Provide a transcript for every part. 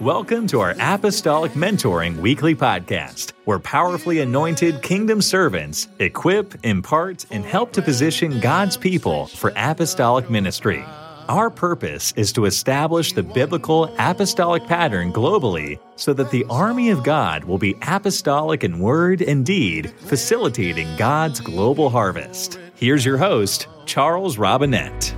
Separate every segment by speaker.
Speaker 1: Welcome to our Apostolic Mentoring Weekly Podcast, where powerfully anointed kingdom servants equip, impart, and help to position God's people for apostolic ministry. Our purpose is to establish the biblical apostolic pattern globally so that the army of God will be apostolic in word and deed, facilitating God's global harvest. Here's your host, Charles Robinette.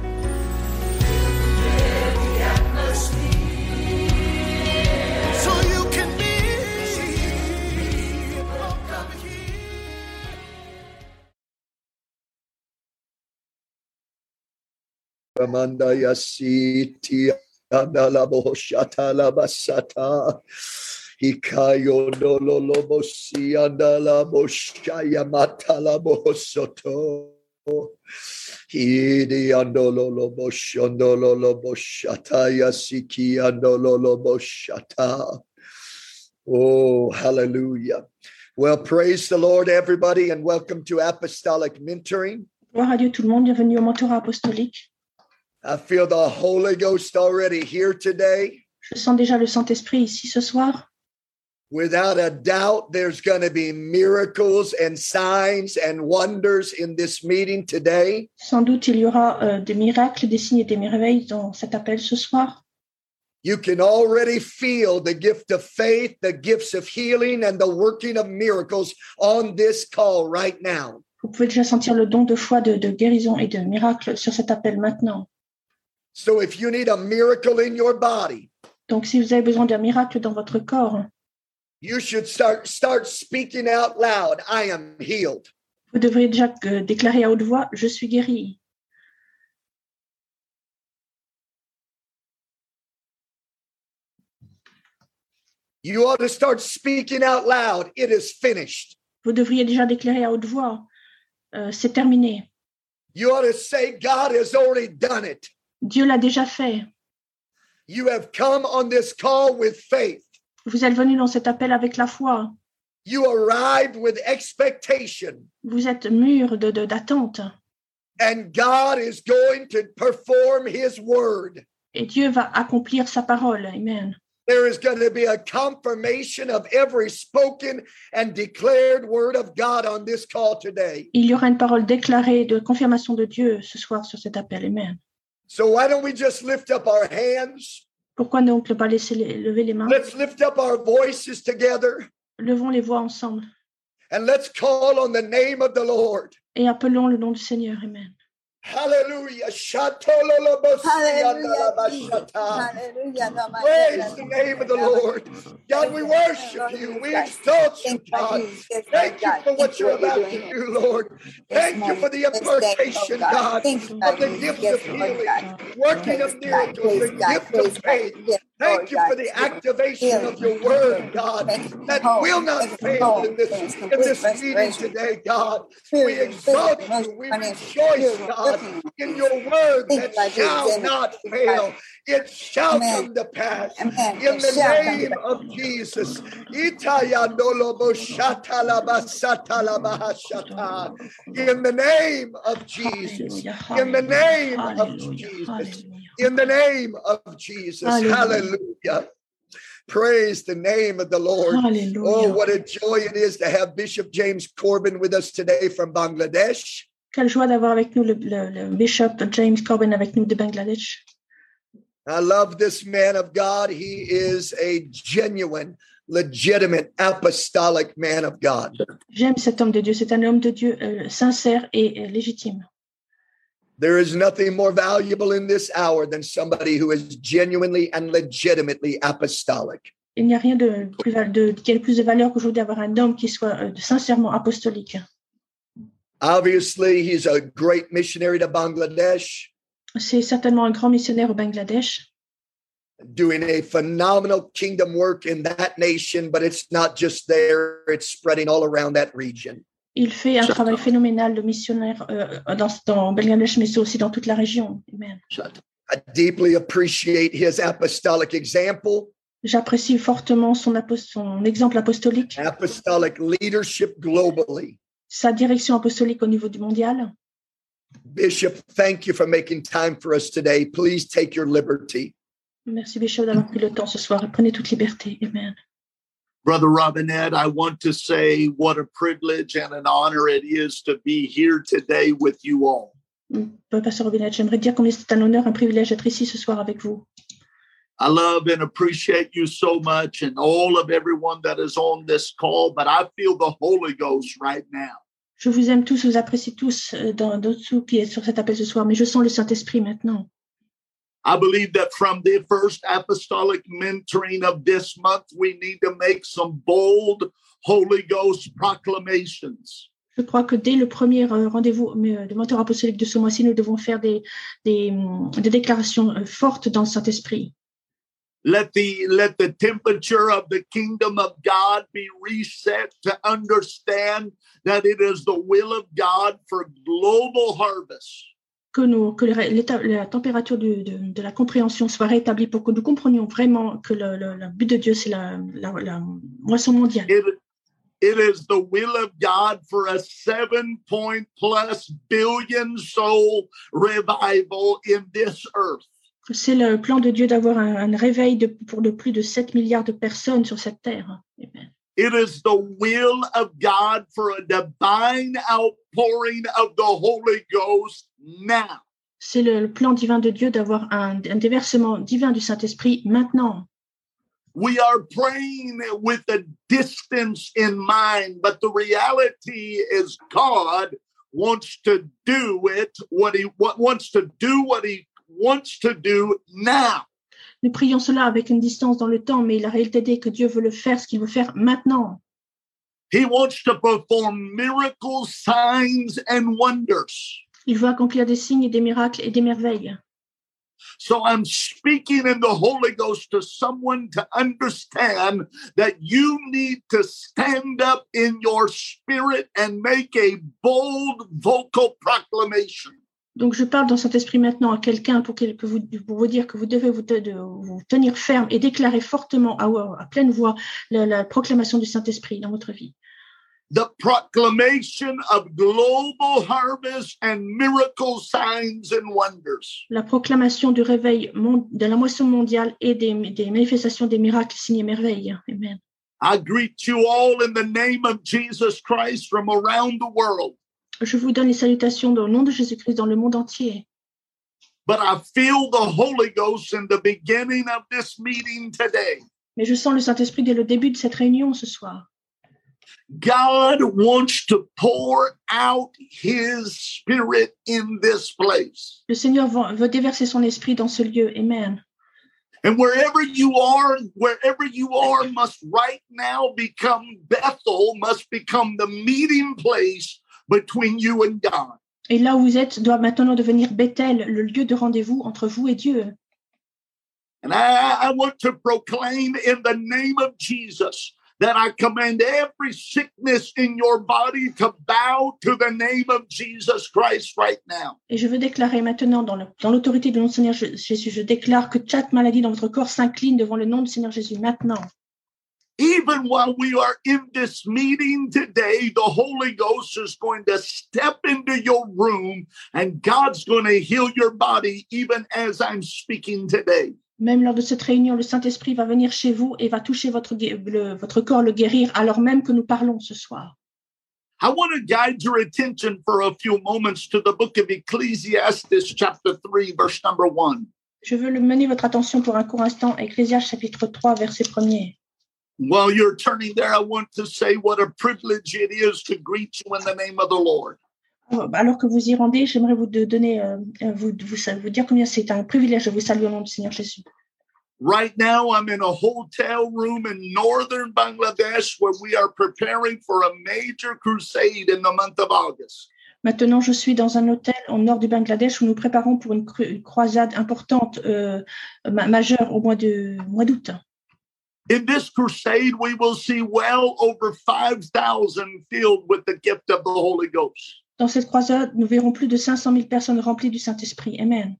Speaker 2: Ramandaya Siti Andalabo Shatalabasata Hikayo Nololobosi Andalabo Shayamatalaboho Soto Hidi Andololobo Shondololobo Shataya Siki Andololobo Shata. Oh, hallelujah. Well, praise the Lord, everybody, and welcome to Apostolic Mentoring.
Speaker 3: Gloire à Dieu tout le monde, bienvenue au mentorat apostolique.
Speaker 2: I feel the Holy Ghost already here today.
Speaker 3: Je sens déjà le Saint-Esprit ici ce soir.
Speaker 2: Without a doubt, there's going to be miracles and signs and wonders in this meeting today.
Speaker 3: Sans doute il y aura euh, des miracles, des signes et des merveilles dans cet appel ce soir.
Speaker 2: You can already feel the gift of faith, the gifts of healing, and the working of miracles on this call right now.
Speaker 3: Vous pouvez déjà sentir le don de foi, de, de guérison et de miracle sur cet appel maintenant.
Speaker 2: So if you need a miracle in your body,
Speaker 3: Donc si vous avez besoin d'un miracle dans votre corps,
Speaker 2: you should start start speaking out loud, I am healed.
Speaker 3: vous devriez déjà euh, déclarer à haute voix, je suis guéri.
Speaker 2: You ought to start speaking out loud, it is finished.
Speaker 3: Vous devriez déjà déclarer à haute voix, euh, c'est terminé.
Speaker 2: You ought to say God has already done it.
Speaker 3: Dieu l'a déjà fait.
Speaker 2: You have come on this call with faith.
Speaker 3: Vous êtes venu dans cet appel avec la foi.
Speaker 2: You arrived with expectation,
Speaker 3: Vous êtes mûr de- de- d'attente.
Speaker 2: and God is going to perform His word.
Speaker 3: et Dieu va accomplir sa parole. Amen.
Speaker 2: There is going to be a confirmation of every spoken and declared word of God on this call today.
Speaker 3: Il y aura une parole déclarée de confirmation de Dieu ce soir sur cet appel. Amen.
Speaker 2: So, why don't we just lift up our hands?
Speaker 3: Pourquoi ne peut pas laisser les- lever les mains
Speaker 2: Let's lift up our voices together
Speaker 3: Levons les voix ensemble
Speaker 2: and let's call on the name of the Lord.
Speaker 3: et appelons le nom du Seigneur. Amen.
Speaker 2: Hallelujah. Shatololobosi
Speaker 4: Hallelujah.
Speaker 2: andalabashata.
Speaker 4: Hallelujah.
Speaker 2: Praise the name of the Lord. God, we worship you. We exalt you, oh God. Thank you for what you're about to do, Lord. Thank you for the impartation, oh God, of the gifts of healing, working of miracles, the gift of faith.
Speaker 4: Oh,
Speaker 2: Thank you for the activation of your word, God, that will not fail in this, in this meeting today, God. We exalt you. We rejoice, God, in your word that shall not fail. It shall come to pass.
Speaker 4: Amen.
Speaker 2: In
Speaker 4: It
Speaker 2: the
Speaker 4: shall come
Speaker 2: name
Speaker 4: to
Speaker 2: of Jesus. Itayandoloboshatalabashatalabahashata. In the name of Jesus.
Speaker 3: Alléluia.
Speaker 2: In the name of
Speaker 3: Alléluia.
Speaker 2: Jesus.
Speaker 3: Alléluia.
Speaker 2: In the name of Jesus.
Speaker 3: Hallelujah.
Speaker 2: Hallelujah. Praise the name of the Lord.
Speaker 3: Hallelujah.
Speaker 2: Oh, what a joy it is to have Bishop James Corbin with us today from Bangladesh.
Speaker 3: Quelle joie d'avoir avec nous le, le- le bishop James Corbin avec nous de Bangladesh.
Speaker 2: I love this man of God. He is a genuine, legitimate, apostolic man of God.
Speaker 3: J'aime cet homme de Dieu. C'est un homme de Dieu euh, sincère et euh, légitime.
Speaker 2: There is nothing more valuable in this hour than somebody who is genuinely and legitimately apostolic.
Speaker 3: Il n'y a rien de plus, val- de, qui ait plus de valeur qu'aujourd'hui d'avoir un homme qui soit euh, sincèrement apostolique.
Speaker 2: Obviously, he's a great missionary to Bangladesh,
Speaker 3: C'est certainement un grand missionnaire au Bangladesh.
Speaker 2: doing a phenomenal kingdom work in that nation, but it's not just there, it's spreading all around that region.
Speaker 3: Il fait un travail phénoménal de missionnaire euh, dans, dans Bangladesh, mais aussi dans toute la région. Amen.
Speaker 2: I deeply appreciate his apostolic example,
Speaker 3: J'apprécie fortement son, apos- son exemple apostolique,
Speaker 2: apostolic leadership globally.
Speaker 3: sa direction apostolique au niveau du mondial.
Speaker 2: Bishop, thank you for making time for us today. Please take your liberty.
Speaker 3: Merci, Bishop, d'avoir pris le temps ce soir. Prenez toute liberté. Amen.
Speaker 4: Brother Robinette, I want to say what a privilege and an honor it is to be here today with you all.
Speaker 3: Pasteur Robinette, j'aimerais dire combien c'est un honneur, un privilège d'être ici ce soir avec vous.
Speaker 4: I love and appreciate you so much and all of everyone that is on this call, but I feel the Holy Ghost right now.
Speaker 3: Je vous aime tous, vous apprécie tous euh, dans dessous qui est sur cet appel ce soir, mais je sens le Saint-Esprit maintenant.
Speaker 4: I believe that from the first apostolic mentoring of this month, we need to make some bold Holy Ghost proclamations.
Speaker 3: Je crois que dès le premier euh, rendez-vous euh, de mentor apostolique de ce mois-ci, nous devons faire des, des, hum, des déclarations euh, fortes dans le Saint-Esprit.
Speaker 4: Let the let the temperature of the kingdom of God be reset to understand that it is the will of God for global harvest.
Speaker 3: Que, nous, que le- l'éta- la température du- de, de la compréhension soit rétablie pour que nous comprenions vraiment que le, le- le but de Dieu, c'est la, la- la moisson mondiale.
Speaker 4: It, it is the will of God for a seven point plus billion soul revival in this earth.
Speaker 3: C'est le plan de Dieu d'avoir un, un réveil de- pour de plus de 7 milliards de personnes sur cette terre. Amen.
Speaker 4: It is the will of God for a divine outpouring of the Holy Ghost now.
Speaker 3: C'est le, le plan divin de Dieu d'avoir un, un déversement divin du Saint-Esprit maintenant.
Speaker 4: We are praying with a distance in mind, but the reality is God wants to do it what he what wants to do what he wants to do now.
Speaker 3: Nous prions cela avec une distance dans le temps, mais la réalité est que Dieu veut le faire, ce qu'il veut faire maintenant.
Speaker 4: He wants to perform miracles, signs, and wonders.
Speaker 3: Il veut accomplir des signes et des miracles et des merveilles.
Speaker 4: So I'm speaking in the Holy Ghost to someone to understand that you need to stand up in your spirit and make a bold vocal proclamation.
Speaker 3: Donc je parle dans cet esprit maintenant à quelqu'un pour, qu'il- que vous, pour vous dire que vous devez vous, te- de- vous tenir ferme et déclarer fortement à, à pleine voix la, la proclamation du Saint-Esprit dans votre vie.
Speaker 4: the proclamation of global harvest and miracle signs and wonders.
Speaker 3: La proclamation du réveil mon- de la moisson mondiale et des, des manifestations des miracles, signes et merveilles. Amen.
Speaker 4: I greet you all in the name of Jesus Christ from around the world.
Speaker 3: Je vous donne les salutations dans le nom de Jésus-Christ dans le monde entier.
Speaker 4: But I feel the Holy Ghost in the beginning of this meeting today.
Speaker 3: Mais je sens le Saint-Esprit dès le début de cette réunion ce soir.
Speaker 4: God wants to pour out his spirit in this place.
Speaker 3: Le Seigneur va- veut déverser son esprit dans ce lieu. Amen.
Speaker 4: And wherever you are, wherever you are must right now become Bethel, must become the meeting place between you and God.
Speaker 3: Et là où vous êtes doit maintenant devenir Bethel, le lieu de rendez-vous entre vous et Dieu.
Speaker 4: And I, I want to proclaim in the name of Jesus that I command every sickness in your body to bow to the name of Jesus Christ right now.
Speaker 3: Et je veux déclarer maintenant dans le- dans l'autorité du nom du Seigneur Je- Jésus, je déclare que chaque maladie dans votre corps s'incline devant le nom du Seigneur Jésus maintenant.
Speaker 4: Even while we are in this meeting today, the Holy Ghost is going to step into your room and God's going to heal your body even as I'm speaking today.
Speaker 3: Même lors de cette réunion, le Saint-Esprit va venir chez vous et va toucher votre, gué- le- votre corps, le guérir, alors même que nous parlons ce soir.
Speaker 4: I want to guide your attention for a few moments to the book of Ecclesiastes, chapter 3, verse number 1.
Speaker 3: Je veux le- mener votre attention pour un court instant à Ecclésias chapitre 3, verset 1er.
Speaker 4: While you're turning there, I want to say what a privilege it is to greet you in the name of the Lord.
Speaker 3: Euh, Alors que vous y rendez, j'aimerais vous de- donner, euh, euh, vous, vous, sa- vous dire combien c'est un privilège de vous saluer au nom du Seigneur Jésus.
Speaker 4: Right now, I'm in a hotel room in northern Bangladesh where we are preparing for a major crusade in the month of August.
Speaker 3: Maintenant, je suis dans un hôtel au nord du Bangladesh où nous préparons pour une, cru- une croisade importante, euh, ma- majeure au mois de- mois d'août.
Speaker 4: In this crusade, we will see well over 5,000 filled with the gift of the Holy Ghost.
Speaker 3: Dans cette croisade, nous verrons plus de 500 000 personnes remplies du Saint-Esprit. Amen.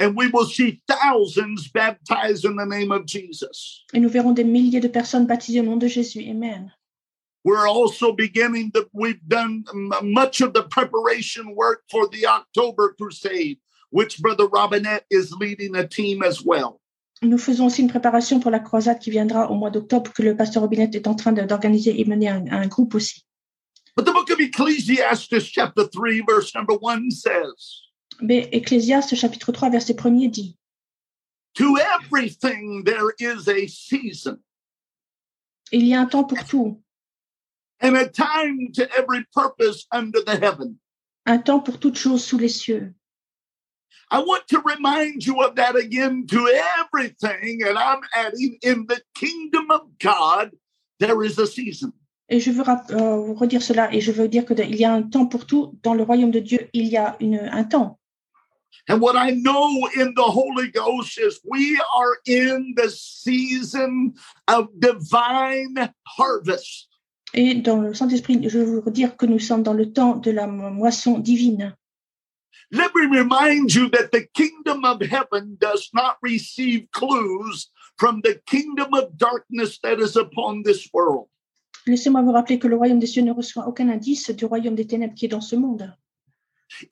Speaker 4: And we will see thousands baptized in the name of Jesus.
Speaker 3: Et nous verrons des milliers de personnes baptisées au nom de Jésus. Amen.
Speaker 4: We're also beginning that we've done m- much of the preparation work for the October crusade, which Brother Robinette is leading a team as well.
Speaker 3: Nous faisons aussi une préparation pour la croisade qui viendra au mois d'octobre, que le pasteur Robinette est en train d'organiser et mener un, un groupe aussi.
Speaker 4: But the book of Ecclesiastes, chapter 3, verse number 1 says,
Speaker 3: Mais Ecclésiaste chapitre 3 verset 1er dit
Speaker 4: To everything there is a season
Speaker 3: Il y a un temps pour tout,
Speaker 4: and a time to every purpose under the heaven.
Speaker 3: un temps pour toute chose sous les cieux.
Speaker 4: I want to remind you of that again to everything, and I'm adding in the kingdom of God, there is a season.
Speaker 3: Et je veux rapp- euh, vous redire cela et je veux dire qu'il y a un temps pour tout. Dans le royaume de Dieu, il y a une, un temps.
Speaker 4: And what I know in the Holy Ghost is we are in the season of divine harvest.
Speaker 3: Et dans le Saint-Esprit, je veux vous dire que nous sommes dans le temps de la mo- moisson divine.
Speaker 4: Let me remind you that the kingdom of heaven does not receive clues from the kingdom of darkness that is upon this world.
Speaker 3: Laissez-moi vous rappeler que le royaume des cieux ne reçoit aucun indice du royaume des ténèbres qui est dans ce monde.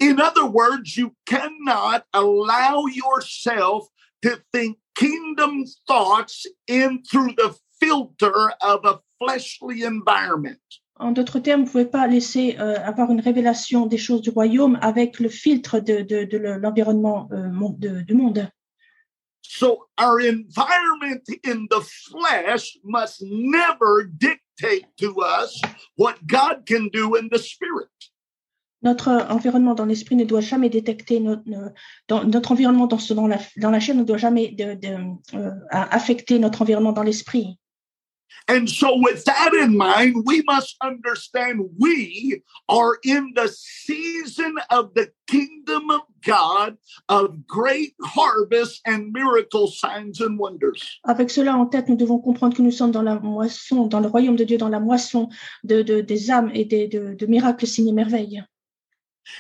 Speaker 4: In other words, you cannot allow yourself to think kingdom thoughts in through the filter of a fleshly environment.
Speaker 3: En d'autres termes, vous ne pouvez pas laisser euh, avoir une révélation des choses du royaume avec le filtre de, de- de le- l'environnement euh, mon- de- du monde.
Speaker 4: So our environment in the flesh must never dictate to us what God can do in the spirit.
Speaker 3: Notre euh, environnement dans l'esprit ne doit jamais détecter notre, ne- dans- notre environnement dans, ce- dans la, dans la chair ne doit jamais de- de, euh, a- affecter notre environnement dans l'esprit.
Speaker 4: And so with that in mind, we must understand we are in the season of the kingdom of God of great harvest and miracle signs and wonders.
Speaker 3: Avec cela en tête, nous devons comprendre que nous sommes dans la moisson, dans le royaume de Dieu, dans la moisson de, de- des âmes et des, de, de miracles, signes et merveilles.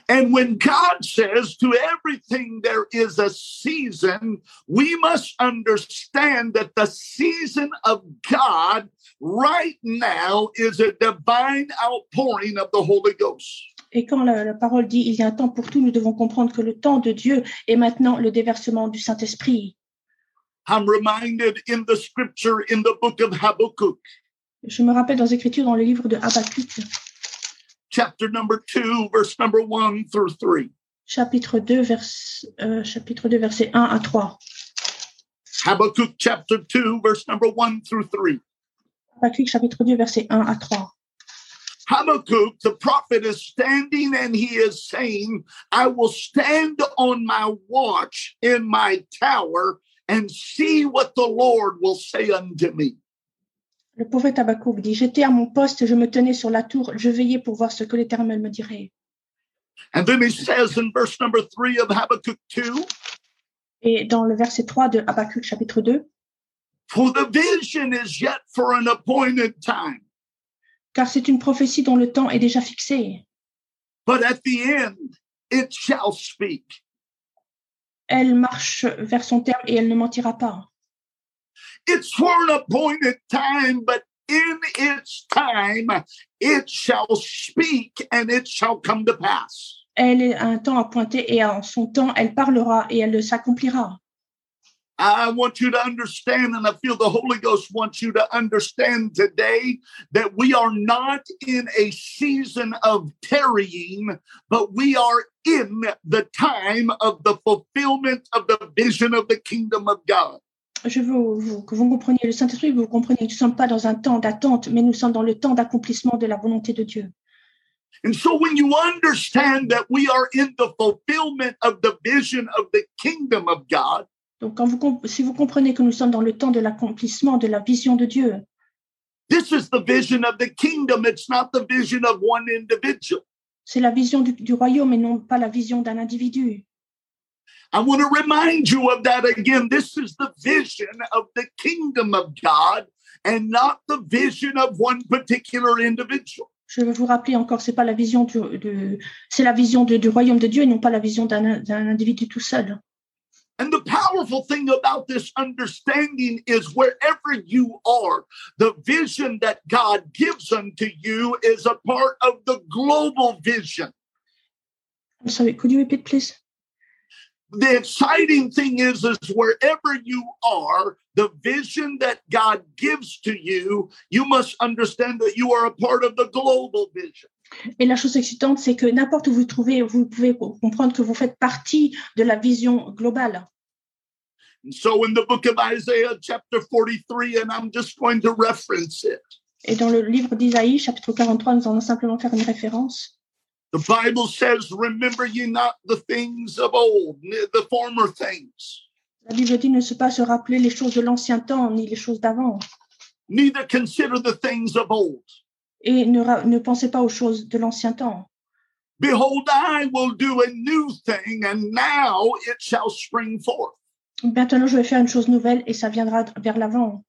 Speaker 4: And when God says to everything there is a season, we must understand that the season of God right now is a divine outpouring of the Holy Ghost.
Speaker 3: Et quand la, la parole dit il y a un temps pour tout, nous devons comprendre que le temps de Dieu est maintenant le déversement du Saint-Esprit.
Speaker 4: I'm reminded in the scripture in the book of Habakkuk,
Speaker 3: Je me rappelle dans les Écritures, dans le livre de Habakkuk,
Speaker 4: chapter number two, verse number one through three.
Speaker 3: chapitre 2, vers, euh, chapitre 2 verset 1 à 3.
Speaker 4: Habakkuk chapter two, verse number one through three.
Speaker 3: Habakkuk, chapitre 2, verset 1 à 3.
Speaker 4: Habakkuk, the prophet, is standing and he is saying, I will stand on my watch in my tower and see what the Lord will say unto me.
Speaker 3: Le prophète Habakkuk dit J'étais à mon poste, je me tenais sur la tour, je veillais pour voir ce que l'Éternel me dirait.
Speaker 4: And then he says in verse number three of Habakkuk 2,
Speaker 3: Et dans le verset 3 de Habakkuk, chapitre 2,
Speaker 4: for the vision is yet for an appointed time.
Speaker 3: car c'est une prophétie dont le temps est déjà fixé.
Speaker 4: but at the end it shall speak.
Speaker 3: Elle marche vers son terme et elle ne mentira pas.
Speaker 4: It's for an appointed time, but in its time it shall speak and it shall come to pass.
Speaker 3: Elle est à un temps appointé et en son temps, elle parlera et elle le s'accomplira.
Speaker 4: I want you to understand, and I feel the Holy Ghost wants you to understand today that we are not in a season of tarrying, but we are in the time of the fulfillment of the vision of the kingdom of God.
Speaker 3: Je veux vous- que vous compreniez le Saint-Esprit, que vous compreniez que nous ne sommes pas dans un temps d'attente, mais nous sommes dans le temps d'accomplissement de la volonté de Dieu.
Speaker 4: And so when you understand that we are in the fulfillment of the vision of the kingdom of God,
Speaker 3: Donc, quand vous, comp- si vous comprenez que nous sommes dans le temps de l'accomplissement de la vision de Dieu,
Speaker 4: this is the vision of the kingdom. It's not the vision of one individual.
Speaker 3: c'est la vision du, du royaume et non pas la vision d'un individu.
Speaker 4: I want to remind you of that again. This is the vision of the kingdom of God and not the vision of one particular individual.
Speaker 3: Je veux vous rappeler encore, c'est pas la vision du, du- c'est la vision de- du royaume de Dieu et non pas la vision d'un d'un individu tout seul.
Speaker 4: And the powerful thing about this understanding is wherever you are, the vision that God gives unto you is a part of the global vision.
Speaker 3: I'm sorry, could you repeat, please?
Speaker 4: the exciting thing is is wherever you are the vision that god gives to you you must understand that you are a part of the global vision
Speaker 3: Et la chose excitante, c'est que n'importe où vous trouvez, vous pouvez comprendre que vous faites partie de la vision globale.
Speaker 4: so in the book of isaiah chapter 43 and i'm just going to reference it
Speaker 3: Et dans le livre d'Isaïe, chapitre 43, nous allons simplement faire une référence.
Speaker 4: the bible says remember ye not the things of old ne- the former things
Speaker 3: La Bible dit ne se pas se rappeler les choses de l'ancien temps ni les choses d'avant.
Speaker 4: neither consider the things of old
Speaker 3: Et ne, ra- ne pensez pas aux choses de l'ancien temps.
Speaker 4: behold i will do a new thing and now it shall spring forth
Speaker 3: Maintenant, je vais faire une chose nouvelle et ça viendra vers l'avant.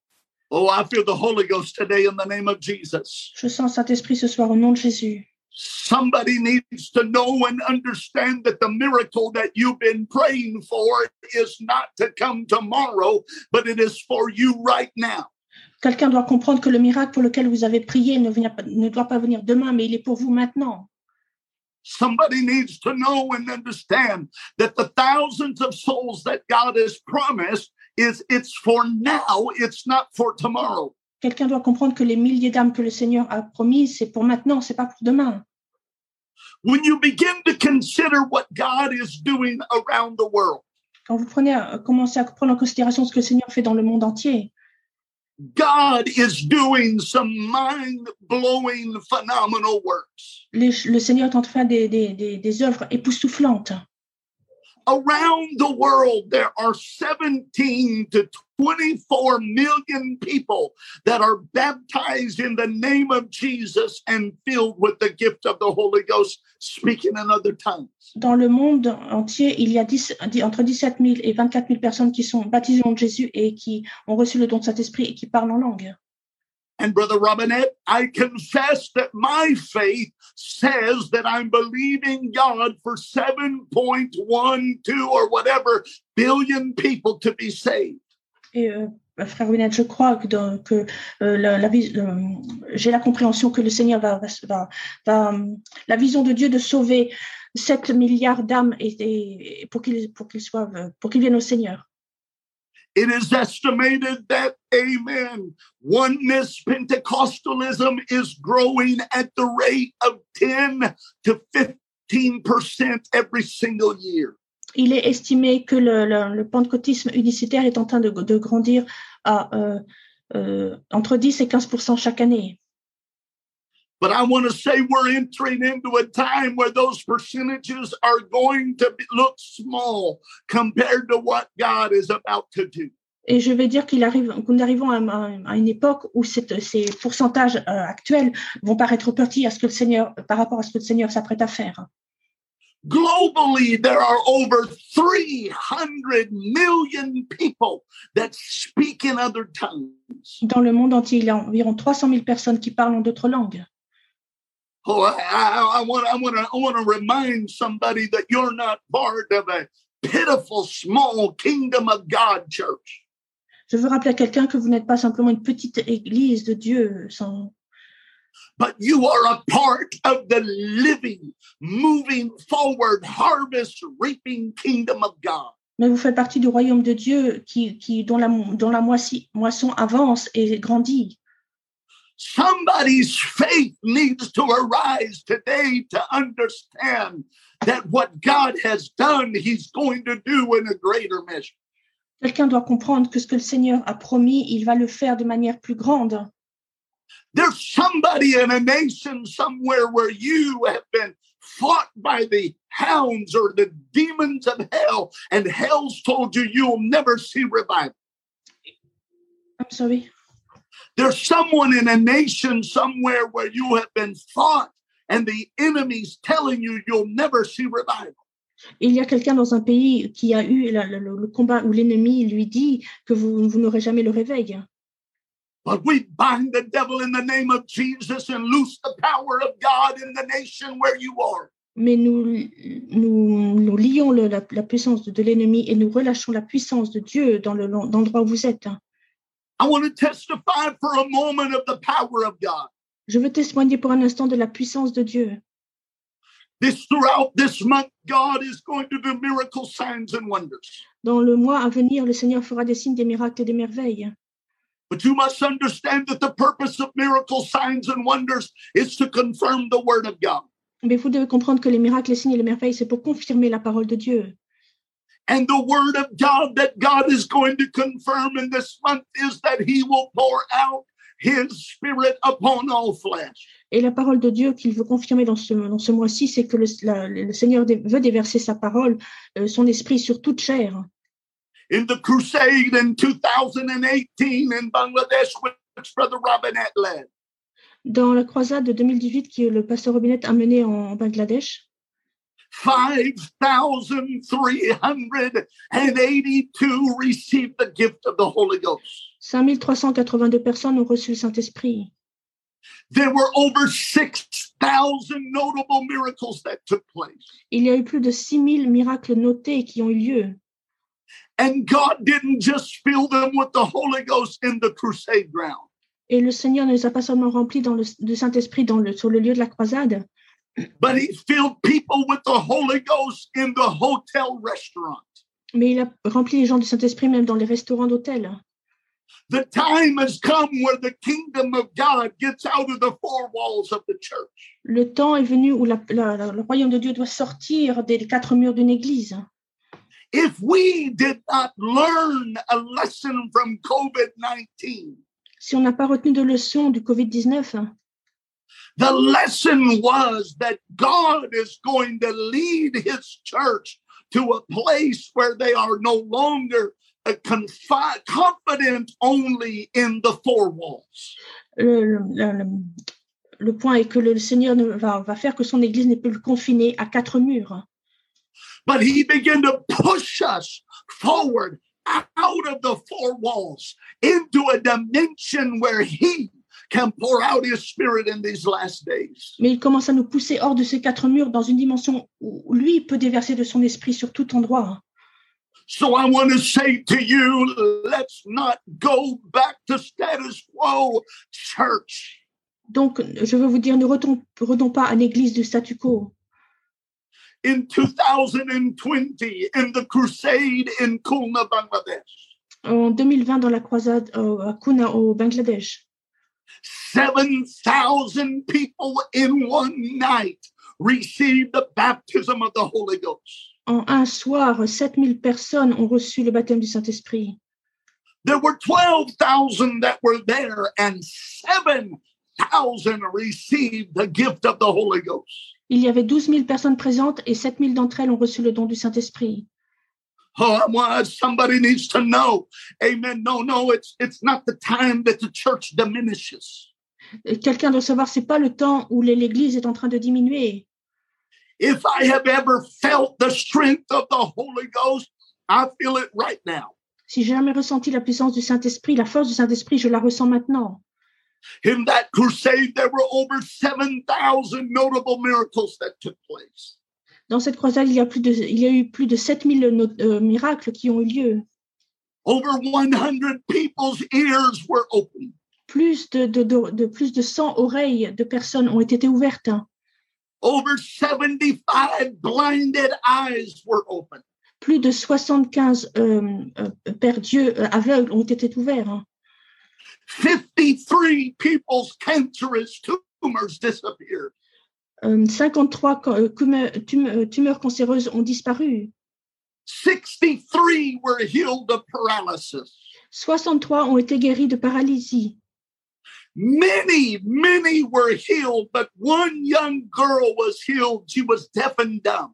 Speaker 4: oh i feel the holy ghost today in the name of jesus
Speaker 3: Je sens le Saint-Esprit ce soir au nom de Jésus.
Speaker 4: Somebody needs to know and understand that the miracle that you've been praying for is not to come tomorrow, but it is for you right now.
Speaker 3: Quelqu'un doit comprendre que le miracle pour lequel vous avez prié ne, vient pas- ne doit pas venir demain, mais il est pour vous maintenant.
Speaker 4: Somebody needs to know and understand that the thousands of souls that God has promised is it's for now, it's not for tomorrow.
Speaker 3: Quelqu'un doit comprendre que les milliers d'âmes que le Seigneur a promises, c'est pour maintenant, c'est pas pour demain.
Speaker 4: When you begin to consider what God is doing around the world,
Speaker 3: Quand vous prenez, à- commencez à prendre en considération ce que le Seigneur fait dans le monde entier,
Speaker 4: God is doing some mind blowing, phenomenal works.
Speaker 3: les- le Seigneur est en train de faire des, des- des- des œuvres époustouflantes.
Speaker 4: around the world there are 17 to 24 million people that are baptized in the name of Jesus and filled with the gift of the Holy Ghost speaking in other tongues.
Speaker 3: Dans le monde entier, il y a 10 entre 17 000 et 24 000 personnes qui sont baptisées au nom de Jésus et qui ont reçu le don de Saint-Esprit et qui parlent en langue.
Speaker 4: And brother Robinette, I confess that my faith says that I'm believing God for 7.12 or whatever billion people to be saved.
Speaker 3: Et euh, bah, frère Winnet, je crois que, dans- que, euh, la, la vis- euh, j'ai la compréhension que le Seigneur va, va- va- va, euh, la vision de Dieu de sauver 7 milliards d'âmes et, et- et pour qu'ils pour qu'ils soient euh, pour qu'ils viennent au Seigneur.
Speaker 4: It is estimated that, amen, oneness Pentecostalism is growing at the rate of 10 to 15% every single year.
Speaker 3: Il est estimé que le, le- le pentecôtisme unicitaire est en train de, de grandir à euh, euh, entre 10 et 15 chaque année.
Speaker 4: But I want to say we're entering into a time where those percentages are going to be, look small compared to what God is about to do.
Speaker 3: Et je vais dire qu'il arrive, qu'on arrivons à, à- à une époque où cette- ces pourcentages euh, actuels vont paraître petits à ce que le Seigneur, par rapport à ce que le Seigneur s'apprête à faire.
Speaker 4: Globally, there are over 300 million people that speak in other tongues.
Speaker 3: Dans le monde entier, il y a environ 300 000 personnes qui parlent en d'autres langues.
Speaker 4: Oh, I, I, I want, I want to, I want to remind somebody that you're not part of a pitiful, small kingdom of God church.
Speaker 3: Je veux rappeler à quelqu'un que vous n'êtes pas simplement une petite église de Dieu, sans-
Speaker 4: But you are a part of the living, moving forward, harvest reaping kingdom of God.
Speaker 3: mais vous faites partie du royaume de Dieu qui, qui dont la, mo- dont la moissi- moisson avance et grandit.
Speaker 4: Somebody's faith needs to arise today to understand that what God has done, He's going to do in a greater measure.
Speaker 3: Quelqu'un doit comprendre que ce que le Seigneur a promis, il va le faire de manière plus grande.
Speaker 4: There's somebody in a nation somewhere where you have been fought by the hounds or the demons of hell, and hell's told you you'll never see revival.
Speaker 3: I'm sorry.
Speaker 4: There's someone in a nation somewhere where you have been fought, and the enemy's telling you you'll never see revival.
Speaker 3: Il y a quelqu'un dans un pays qui a eu la- le, le- le combat où l'ennemi lui dit que vous, vous n'aurez jamais le réveil.
Speaker 4: But we bind the devil in the name of Jesus and loose the power of God in the nation where you are.
Speaker 3: Mais nous, nous, nous lions le- la, la puissance de, de l'ennemi et nous relâchons la puissance de Dieu dans le- dans l'endroit où vous êtes.
Speaker 4: I want to testify for a moment of the power of God.
Speaker 3: Je veux témoigner pour un instant de la puissance de Dieu.
Speaker 4: This throughout this month, God is going to do miracle signs and wonders.
Speaker 3: Dans le mois à venir, le Seigneur fera des signes, des miracles et des merveilles.
Speaker 4: But you must understand that the purpose of miracle signs and wonders is to confirm the word of God.
Speaker 3: Mais vous devez comprendre que les miracles, les signes et les merveilles, c'est pour confirmer la parole de Dieu.
Speaker 4: And the word of God that God is going to confirm in this month is that he will pour out his spirit upon all flesh.
Speaker 3: Et la parole de Dieu qu'il veut confirmer dans ce, dans ce mois-ci, c'est que le, la- le Seigneur dé- veut déverser sa parole, euh, son esprit sur toute chair.
Speaker 4: In the crusade in 2018 in Bangladesh, which Brother Robinette led,
Speaker 3: Dans la croisade de 2018 que le pasteur Robinette a menée en Bangladesh,
Speaker 4: 5,382 received the gift of the Holy Ghost.
Speaker 3: 5382 personnes ont reçu le Saint-Esprit.
Speaker 4: There were over 6,000 notable miracles that took place.
Speaker 3: Il y a eu plus de 6000 miracles notés qui ont eu lieu.
Speaker 4: And God didn't just fill them with the Holy Ghost in the crusade ground.
Speaker 3: Et le Seigneur ne les a pas seulement remplis dans le, du Saint-Esprit dans le, sur le lieu de la croisade,
Speaker 4: but he filled people with the Holy Ghost in the hotel restaurant.
Speaker 3: mais il a rempli les gens du Saint-Esprit même dans les restaurants d'hôtel.
Speaker 4: The time has come where the kingdom of God gets out of the four walls of the church.
Speaker 3: Le temps est venu où la- la- la- le royaume de Dieu doit sortir des quatre murs d'une église.
Speaker 4: If we did not learn a lesson from COVID 19,
Speaker 3: Si on n'a pas retenu de leçon du hein, Covid-19,
Speaker 4: the lesson was that God is going to lead his church to a place where they are no longer uh, confi- confident only in the four walls.
Speaker 3: le, le- le- le point est que le Seigneur ne- va, va faire que son église n'est plus confinée à quatre murs.
Speaker 4: But he began to push us forward out of the four walls into a dimension where he can pour out his spirit in these last days.
Speaker 3: Mais il commence à nous pousser hors de ces quatre murs dans une dimension où lui peut déverser de son esprit sur tout endroit.
Speaker 4: So I want to say to you, let's not go back to status quo, church.
Speaker 3: Donc, je veux vous dire, ne retournons retournons pas à l'église du statu quo.
Speaker 4: In 2020, in the crusade in Khulna, Bangladesh,
Speaker 3: En 2020, dans la croisade euh, à Kuna au Bangladesh,
Speaker 4: 7,000 people in one night received the baptism of the Holy Ghost.
Speaker 3: en un soir, 7000 personnes ont reçu le baptême du Saint-Esprit.
Speaker 4: There were 12,000 that were there, and 7,000 received the gift of the Holy Ghost.
Speaker 3: Il y avait 12 000 personnes présentes et 7 000 d'entre elles ont reçu le don du Saint-Esprit.
Speaker 4: Oh, I want- somebody needs to know. Amen. No, no, it's it's not the time that the church diminishes.
Speaker 3: Et Quelqu'un doit savoir, c'est pas le temps où l'Église est en train de diminuer.
Speaker 4: If I have ever felt the strength of the Holy Ghost, I feel it right now.
Speaker 3: Si j'ai jamais ressenti la puissance du Saint-Esprit, la force du Saint-Esprit, je la ressens maintenant.
Speaker 4: In that crusade, there were over 7,000 notable miracles that took place.
Speaker 3: Dans cette croisade, il y a, plus de, il y a eu plus de 7000 no- euh, miracles qui ont eu lieu.
Speaker 4: Over 100 people's ears were opened.
Speaker 3: Plus de, de, de, de- plus de 100 oreilles de personnes ont été ouvertes. hein.
Speaker 4: Over 75 blinded eyes were opened.
Speaker 3: Plus de 75 euh, euh, pères dieux euh, aveugles ont été ouverts. hein.
Speaker 4: 53 people's cancerous tumors disappeared.
Speaker 3: Euh, 53 co- euh, tumeurs, tum- euh, tumeurs cancéreuses ont disparu.
Speaker 4: 63 were healed of paralysis.
Speaker 3: 63 ont été guéris de paralysie.
Speaker 4: Many, many were healed, but one young girl was healed. She was deaf and dumb.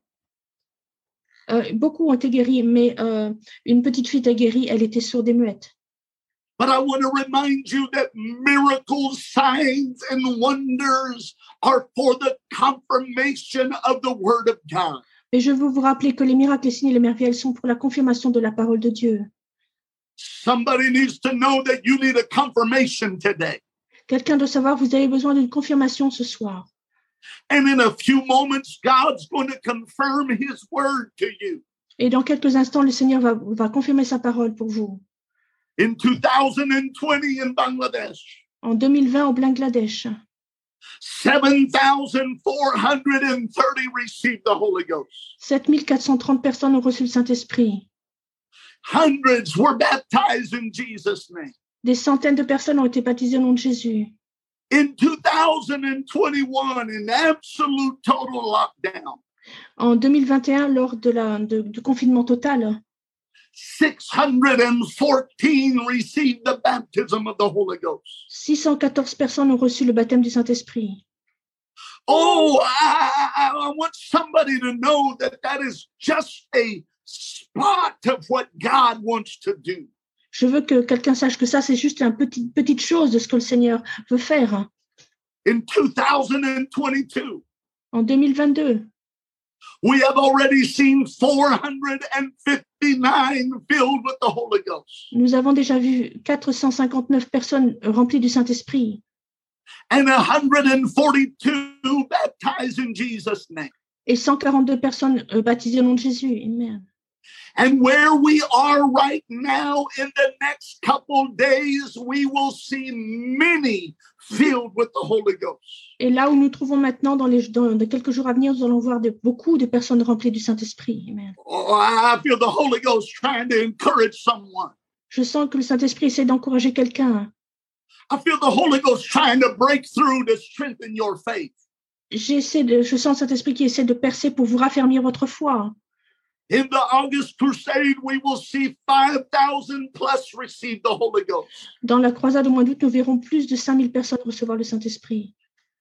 Speaker 3: Euh, beaucoup ont été guéris, mais euh, une petite fille a guérie, elle était sourde et muette.
Speaker 4: But I want to remind you that miracles, signs, and wonders are for the confirmation of the Word of God.
Speaker 3: Mais je veux vous rappeler que les miracles, les signes et les merveilles elles sont pour la confirmation de la parole de Dieu.
Speaker 4: Somebody needs to know that you need a confirmation today.
Speaker 3: Quelqu'un doit savoir, vous avez besoin d'une confirmation ce soir.
Speaker 4: And in a few moments, God's going to confirm his word to you.
Speaker 3: Et dans quelques instants, le Seigneur va, va confirmer sa parole pour vous.
Speaker 4: In 2020 in Bangladesh,
Speaker 3: En 2020, au Bangladesh,
Speaker 4: 7,430 received the Holy Ghost.
Speaker 3: 7430 personnes ont reçu le Saint-Esprit.
Speaker 4: Hundreds were baptized in Jesus' name.
Speaker 3: Des centaines de personnes ont été baptisées au nom de Jésus.
Speaker 4: In 2021, in absolute total lockdown,
Speaker 3: En 2021, lors de la- de- du confinement total,
Speaker 4: 614 received the baptism of the Holy Ghost.
Speaker 3: 614 personnes ont reçu le baptême du Saint-Esprit.
Speaker 4: Oh, I, I- I want somebody to know that that is just a spot of what God wants to do.
Speaker 3: Je veux que quelqu'un sache que ça, c'est juste une petite, petite chose de ce que le Seigneur veut faire
Speaker 4: In 2022,
Speaker 3: en 2022.
Speaker 4: we have already seen 459 filled with the Holy Ghost
Speaker 3: Nous avons déjà vu 459 personnes remplies du Saint-Esprit
Speaker 4: and 142 baptized in Jesus' name.
Speaker 3: et 142 personnes euh, baptisées au nom de Jésus. Amen.
Speaker 4: And where we are right now, in the next couple days, we will see many filled with the Holy Ghost.
Speaker 3: Et là où nous nous trouvons maintenant, dans les dans, dans quelques jours à venir, nous allons voir de- beaucoup de personnes remplies du Saint-Esprit. Amen.
Speaker 4: Oh, I feel the Holy Ghost trying to encourage someone.
Speaker 3: Je sens que le Saint-Esprit essaie d'encourager quelqu'un.
Speaker 4: I feel the Holy Ghost trying to break through to strengthen your faith.
Speaker 3: J'essaie de, je sens le Saint-Esprit qui essaie de percer pour vous raffermir votre foi.
Speaker 4: In the August crusade, we will see 5,000 plus receive the Holy Ghost.
Speaker 3: Dans la croisade au mois d'août, nous verrons plus de 5000 personnes recevoir le Saint-Esprit.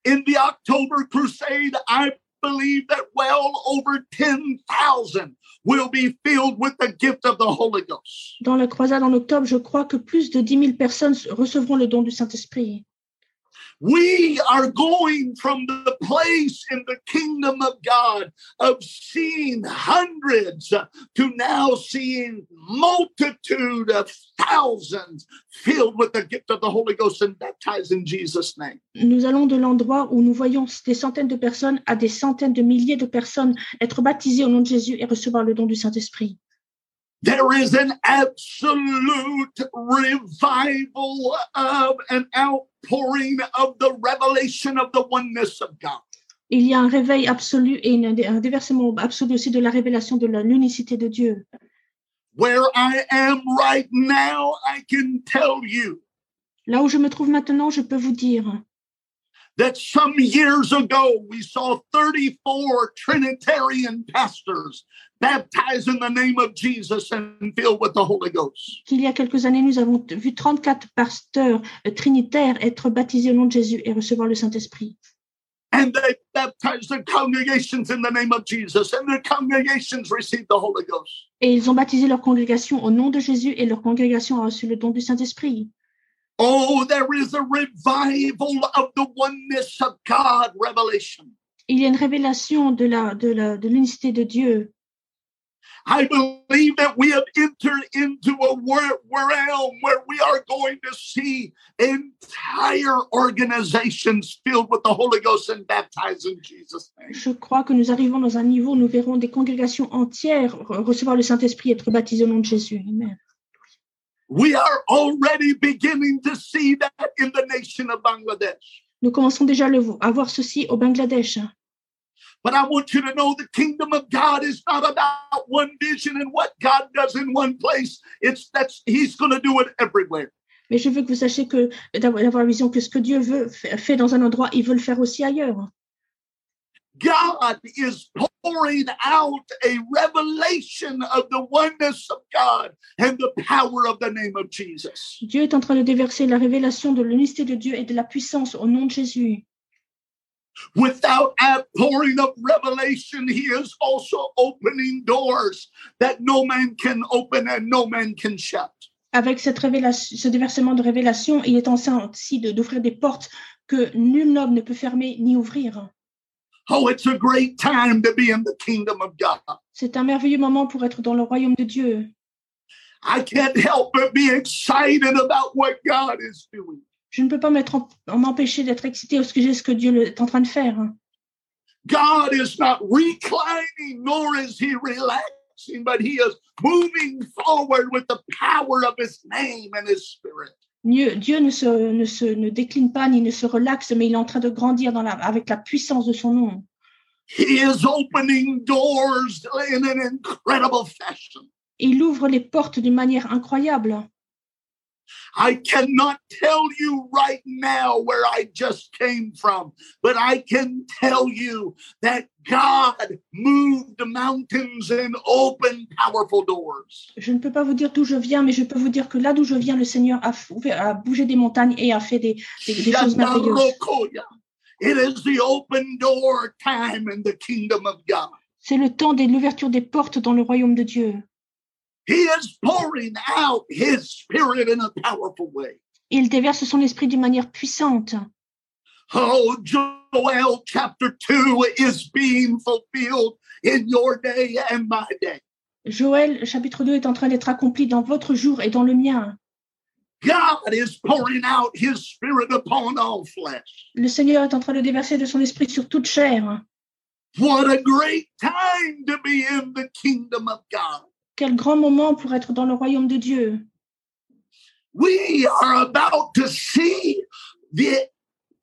Speaker 4: In the October crusade, I believe that well over 10,000 will be filled with the gift of the Holy Ghost.
Speaker 3: Dans la croisade en octobre, je crois que plus de 10 000 personnes recevront le don du Saint-Esprit.
Speaker 4: We are going from the place in the kingdom of God of seeing hundreds to now seeing multitude of thousands filled with the gift of the Holy Ghost and baptized in Jesus' name.
Speaker 3: Nous allons de l'endroit où nous voyons des centaines de personnes à des centaines de milliers de personnes être baptisées au nom de Jésus et recevoir le don du Saint-Esprit.
Speaker 4: There is an absolute revival of an outpouring of the revelation of the oneness of God.
Speaker 3: Il y a un réveil absolu et une- un déversement absolu aussi de la révélation de la- l'unicité de Dieu.
Speaker 4: Where I am right now, I can tell you
Speaker 3: Là où je me trouve maintenant, je peux vous dire
Speaker 4: that some years ago we saw 34 Trinitarian pastors baptized in the name of Jesus and filled with the Holy Ghost.
Speaker 3: qu'il y a quelques années, nous avons vu 34 pasteurs euh, trinitaires être baptisés au nom de Jésus et recevoir le Saint-Esprit.
Speaker 4: And they baptized their congregations in the name of Jesus, and their congregations received the Holy Ghost.
Speaker 3: Et ils ont baptisé leur congrégation au nom de Jésus et leur congrégation a reçu le don du Saint-Esprit.
Speaker 4: Oh, there is a revival of the oneness of God revelation.
Speaker 3: Il y a une révélation de la de la de l'unicité de Dieu.
Speaker 4: I believe that we have entered into a wor- realm where we are going to see entire organizations filled with the Holy Ghost and baptized in Jesus' name.
Speaker 3: Je crois que nous arrivons dans un niveau où nous verrons des congrégations entières re- recevoir le Saint-Esprit et être baptisées au nom de Jésus. Amen.
Speaker 4: We are already beginning to see that in the nation of Bangladesh.
Speaker 3: Nous commençons déjà le, à voir ceci au Bangladesh.
Speaker 4: But I want you to know the kingdom of God is not about one vision and what God does in one place. It's that's He's going to do it everywhere.
Speaker 3: Mais je veux que vous sachiez que d'avoir d'avoir la vision que ce que Dieu veut fa- fait dans un endroit, il veut le faire aussi ailleurs.
Speaker 4: God is pouring out a revelation of the oneness of God and the power of the name of Jesus.
Speaker 3: Dieu est en train de déverser la révélation de l'unicité de Dieu et de la puissance au nom de Jésus.
Speaker 4: Without outpouring of revelation, He is also opening doors that no man can open and no man can shut.
Speaker 3: Avec cette révélation, ce déversement de révélation, il est en train aussi de- d'ouvrir des portes que nul homme ne peut fermer ni ouvrir.
Speaker 4: Oh, it's a great time to be in the kingdom of God.
Speaker 3: C'est un merveilleux moment pour être dans le royaume de Dieu.
Speaker 4: I can't help but be excited about what God is doing.
Speaker 3: Je ne peux pas m'être en- en m'empêcher d'être excité au sujet de ce que Dieu le- est en train de faire.
Speaker 4: God is not reclining, nor is he relaxing, but he is moving forward with the power of his name and his spirit.
Speaker 3: Dieu, Dieu ne, se, ne, se, ne décline pas ni ne se relaxe, mais il est en train de grandir dans la, avec la puissance de son nom.
Speaker 4: He is opening doors in an incredible fashion.
Speaker 3: Il ouvre les portes d'une manière incroyable.
Speaker 4: I cannot tell you right now where I just came from, but I can tell you that God moved mountains and opened powerful doors.
Speaker 3: Je ne peux pas vous dire d'où je viens, mais je peux vous dire que là d'où je viens, le Seigneur a, a bougé des montagnes et a fait des, des, des choses merveilleuses.
Speaker 4: It is the open door time in the kingdom of God.
Speaker 3: C'est le temps de l'ouverture des portes dans le royaume de Dieu.
Speaker 4: He is pouring out his spirit in a powerful way.
Speaker 3: Il déverse son esprit d'une manière puissante.
Speaker 4: Oh, Joel chapter 2 is being fulfilled in your day and my day.
Speaker 3: Joël chapitre 2 est en train d'être accompli dans votre jour et dans le mien.
Speaker 4: God is pouring out his spirit upon all flesh.
Speaker 3: Le Seigneur est en train de déverser de son esprit sur toute chair.
Speaker 4: What a great time to be in the kingdom of God.
Speaker 3: Quel grand moment pour être dans le royaume de Dieu.
Speaker 4: We are about to see the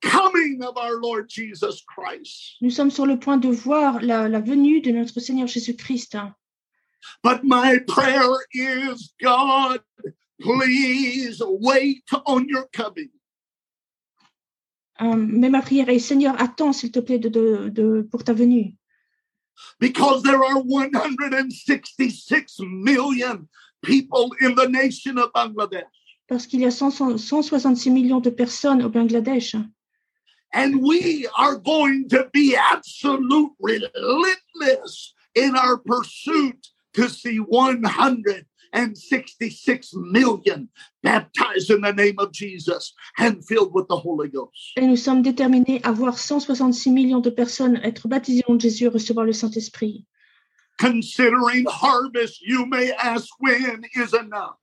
Speaker 4: coming of our Lord Jesus Christ.
Speaker 3: Nous sommes sur le point de voir la, la venue de notre Seigneur Jésus-Christ.
Speaker 4: But my prayer is God, please wait on your coming.
Speaker 3: Euh, mais ma prière est Seigneur, attends s'il te plaît de, de, de, pour ta venue.
Speaker 4: because there are 166 million people in the nation of Bangladesh.
Speaker 3: Parce qu'il y a 166 millions de personnes au Bangladesh.
Speaker 4: And we are going to be absolute relentless in our pursuit to see 166 million baptized in the name of Jesus and filled with the Holy Ghost.
Speaker 3: Et nous sommes déterminés à voir 166 millions de personnes être baptisées en Jésus et recevoir le Saint-Esprit.
Speaker 4: Considering harvest, you may ask when is enough.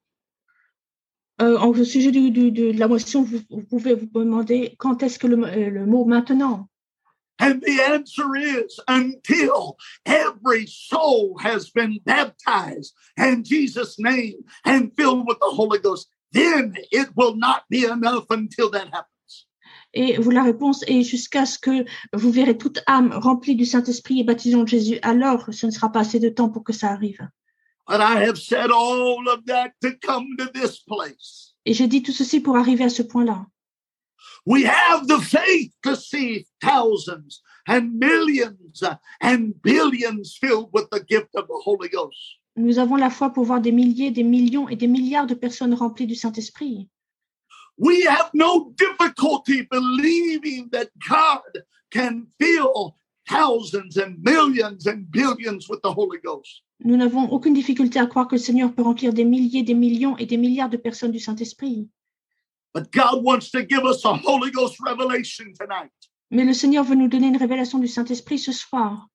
Speaker 3: Euh, en, au sujet du, du, de, de la motion, vous, vous pouvez vous demander quand est-ce que le, euh, le mot maintenant
Speaker 4: And the answer is until every soul has been baptized in Jesus' name and filled with the Holy Ghost, then it will not be enough until that happens.
Speaker 3: Et vous, la réponse est jusqu'à ce que vous verrez toute âme remplie du Saint-Esprit et baptisée en Jésus, alors ce ne sera pas assez de temps pour que ça arrive.
Speaker 4: But I have said all of that to come to this place.
Speaker 3: Et j'ai dit tout ceci pour arriver à ce point-là.
Speaker 4: We have the faith to see thousands and millions and billions filled with the gift of the Holy Ghost.
Speaker 3: Nous avons la foi pour voir des milliers, des millions et des milliards de personnes remplies du Saint-Esprit.
Speaker 4: We have no difficulty believing that God can fill thousands and millions and billions with the Holy Ghost.
Speaker 3: Nous n'avons aucune difficulté à croire que le Seigneur peut remplir des milliers, des millions et des milliards de personnes du Saint-Esprit.
Speaker 4: But God wants to give us a Holy Ghost revelation tonight.
Speaker 3: Mais le Seigneur veut nous donner une révélation du Saint-Esprit ce soir.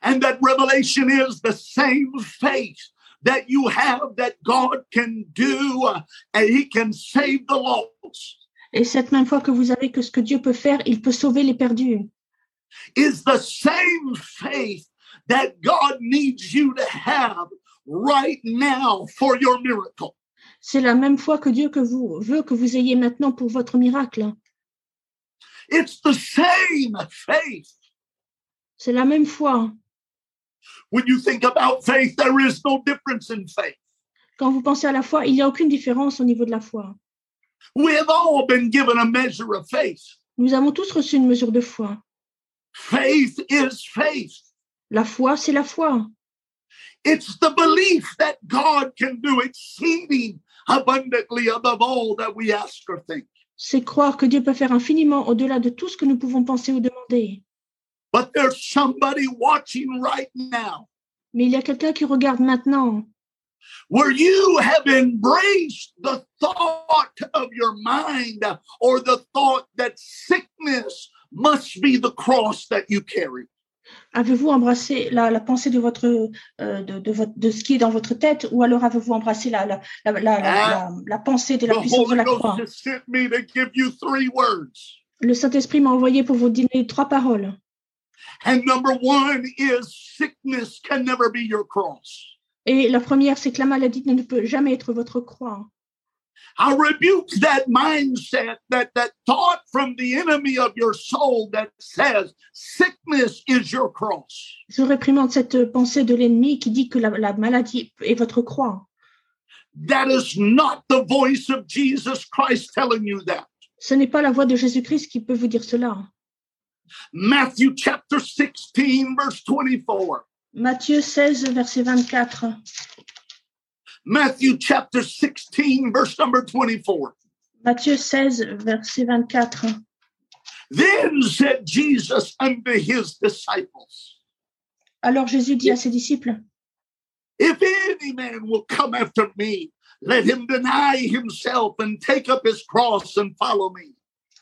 Speaker 4: And that revelation is the same faith that you have that God can do uh, and he can save the lost.
Speaker 3: Et cette même foi que vous avez que ce que Dieu peut faire, il peut sauver les perdus.
Speaker 4: Is the same faith that God needs you to have right now for your miracle.
Speaker 3: C'est la même foi que Dieu que vous veut que vous ayez maintenant pour votre miracle.
Speaker 4: It's the same faith.
Speaker 3: C'est la même foi.
Speaker 4: When you think about faith, there is no difference in faith.
Speaker 3: Quand vous pensez à la foi, il n'y a aucune différence au niveau de la foi.
Speaker 4: We have all been given a measure of faith.
Speaker 3: Nous avons tous reçu une mesure de foi.
Speaker 4: Faith is faith.
Speaker 3: La foi, c'est la foi.
Speaker 4: It's the belief that God can do exceeding abundantly above all that we ask or think.
Speaker 3: C'est croire que Dieu peut faire infiniment au-delà de tout ce que nous pouvons penser ou demander.
Speaker 4: But there's somebody watching right now
Speaker 3: Mais il y a quelqu'un qui regarde maintenant,
Speaker 4: where you have embraced the thought of your mind or the thought that sickness must be the cross that you carry.
Speaker 3: Avez-vous embrassé la, la pensée de votre, euh, de, de votre- de ce qui est dans votre tête, ou alors avez-vous embrassé la, la, la, la- la- la- la pensée de
Speaker 4: The
Speaker 3: la puissance de
Speaker 4: Holy
Speaker 3: la
Speaker 4: Ghost
Speaker 3: croix
Speaker 4: has sent me to give you three words.
Speaker 3: Le Saint-Esprit m'a envoyé pour vous donner trois paroles.
Speaker 4: And number one is sickness can never be your cross.
Speaker 3: Et la première, c'est que la maladie ne peut jamais être votre croix.
Speaker 4: I rebuke that mindset, that, that thought from the enemy of your soul that says sickness is your cross.
Speaker 3: Je réprimande cette pensée de l'ennemi qui dit que la, la maladie est votre croix.
Speaker 4: That is not the voice of Jesus Christ telling you that.
Speaker 3: Ce n'est pas la voix de Jésus-Christ qui peut vous dire cela.
Speaker 4: Matthew chapter 16, verse 24.
Speaker 3: Matthieu 16, verset 24.
Speaker 4: Matthew chapter 16, verse number 24.
Speaker 3: Matthieu 16, verset 24.
Speaker 4: Then said Jesus unto his disciples,
Speaker 3: Alors Jésus dit à ses disciples,
Speaker 4: If any man will come after me, let him deny himself and take up his cross and follow me.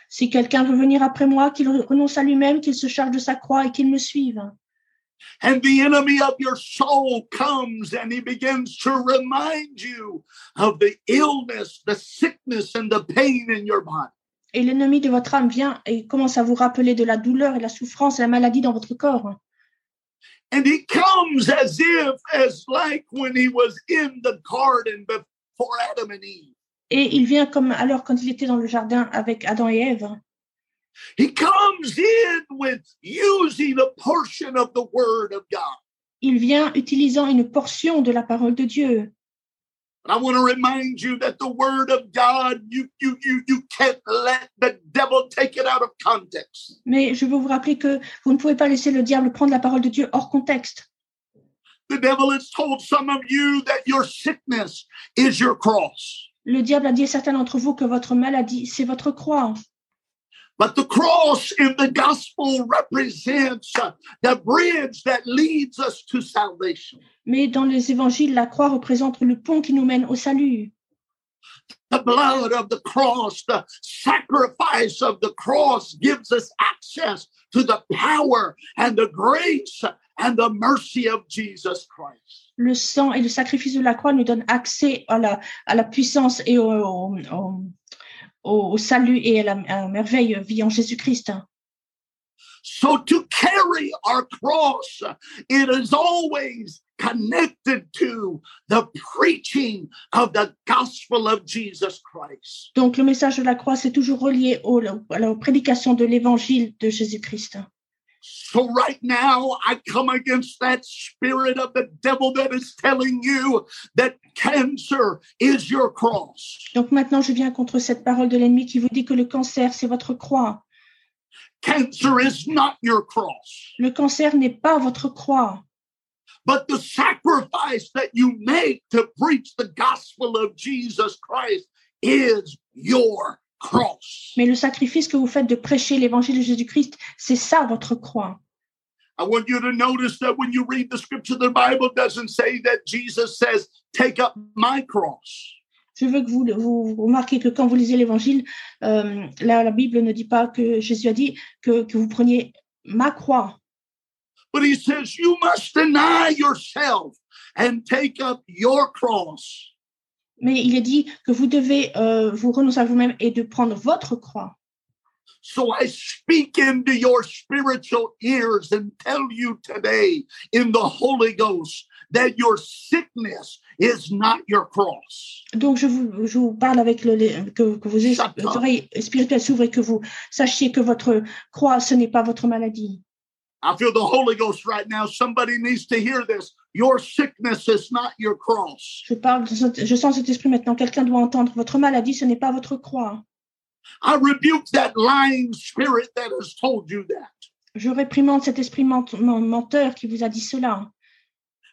Speaker 3: Si quelqu'un veut venir après moi, qu'il renonce à lui-même, qu'il se charge de sa croix et qu'il me suive.
Speaker 4: And the enemy of your soul comes and he begins to remind you of the illness, the sickness, and the pain in your body.
Speaker 3: Et l'ennemi de votre âme vient et commence à vous rappeler de la douleur et la souffrance et la maladie dans votre corps.
Speaker 4: And he comes as if, as like when he was in the garden before Adam and Eve.
Speaker 3: Et il vient comme alors quand il était dans le jardin avec Adam et Ève.
Speaker 4: He comes in with using a portion of the word of God.
Speaker 3: Il vient utilisant une portion de la parole de Dieu.
Speaker 4: And I want to remind you that the word of God, you you you you can't let the devil take it out of context.
Speaker 3: Mais je veux vous rappeler que vous ne pouvez pas laisser le diable prendre la parole de Dieu hors contexte.
Speaker 4: The devil has told some of you that your sickness is your cross.
Speaker 3: Le diable a dit à certains d'entre vous que votre maladie, c'est votre croix.
Speaker 4: But the cross in the gospel represents uh, the bridge that leads us to salvation.
Speaker 3: Mais dans les évangiles, la croix représente le pont qui nous mène au salut.
Speaker 4: The blood of the cross, the sacrifice of the cross gives us access to the power and the grace and the mercy of Jesus Christ.
Speaker 3: Le sang et le sacrifice de la croix nous donnent accès à la, à la puissance et au, au- au- au- au salut et à la, à la merveille vie en Jésus-Christ.
Speaker 4: So to carry our cross, uh, it is always connected to the preaching of the gospel of Jesus Christ.
Speaker 3: Donc le message de la croix, c'est toujours relié au- à la prédication de l'évangile de Jésus-Christ.
Speaker 4: So right now, I come against that spirit of the devil that is telling you that cancer is your cross.
Speaker 3: Donc maintenant, je viens contre cette parole de l'ennemi qui vous dit que le cancer, c'est votre croix.
Speaker 4: Cancer is not your cross,
Speaker 3: Le cancer n'est pas votre croix,
Speaker 4: but the sacrifice that you make to preach the gospel of Jesus Christ is your cross.
Speaker 3: mais le sacrifice que vous faites de prêcher l'évangile de Jésus-Christ, c'est ça votre croix.
Speaker 4: I want you to notice that when you read the scripture, the Bible doesn't say that Jesus says, Take up my cross.
Speaker 3: Je veux que vous, vous remarquiez que quand vous lisez l'évangile, euh, la, la Bible ne dit pas que Jésus a dit que, que vous preniez ma croix,
Speaker 4: But he says, You must deny yourself and take up your cross.
Speaker 3: mais il est dit que vous devez euh, vous renoncer à vous-même et de prendre votre croix.
Speaker 4: So I speak into your spiritual ears and tell you today in the Holy Ghost that your sickness is not your cross.
Speaker 3: Donc je vous, je vous parle avec le, les- que, que vos es-
Speaker 4: Satan.
Speaker 3: vos oreilles spirituelles s'ouvrent et que vous sachiez que votre croix, ce n'est pas votre maladie.
Speaker 4: I feel the Holy Ghost right now. Somebody needs to hear this. Your sickness is not your cross.
Speaker 3: Je parle, de cet- je sens cet esprit maintenant. Quelqu'un doit entendre. Votre maladie, ce n'est pas votre croix.
Speaker 4: I rebuke that lying spirit that has told you that
Speaker 3: Je réprimande cet esprit ment- ment- menteur qui vous a dit cela.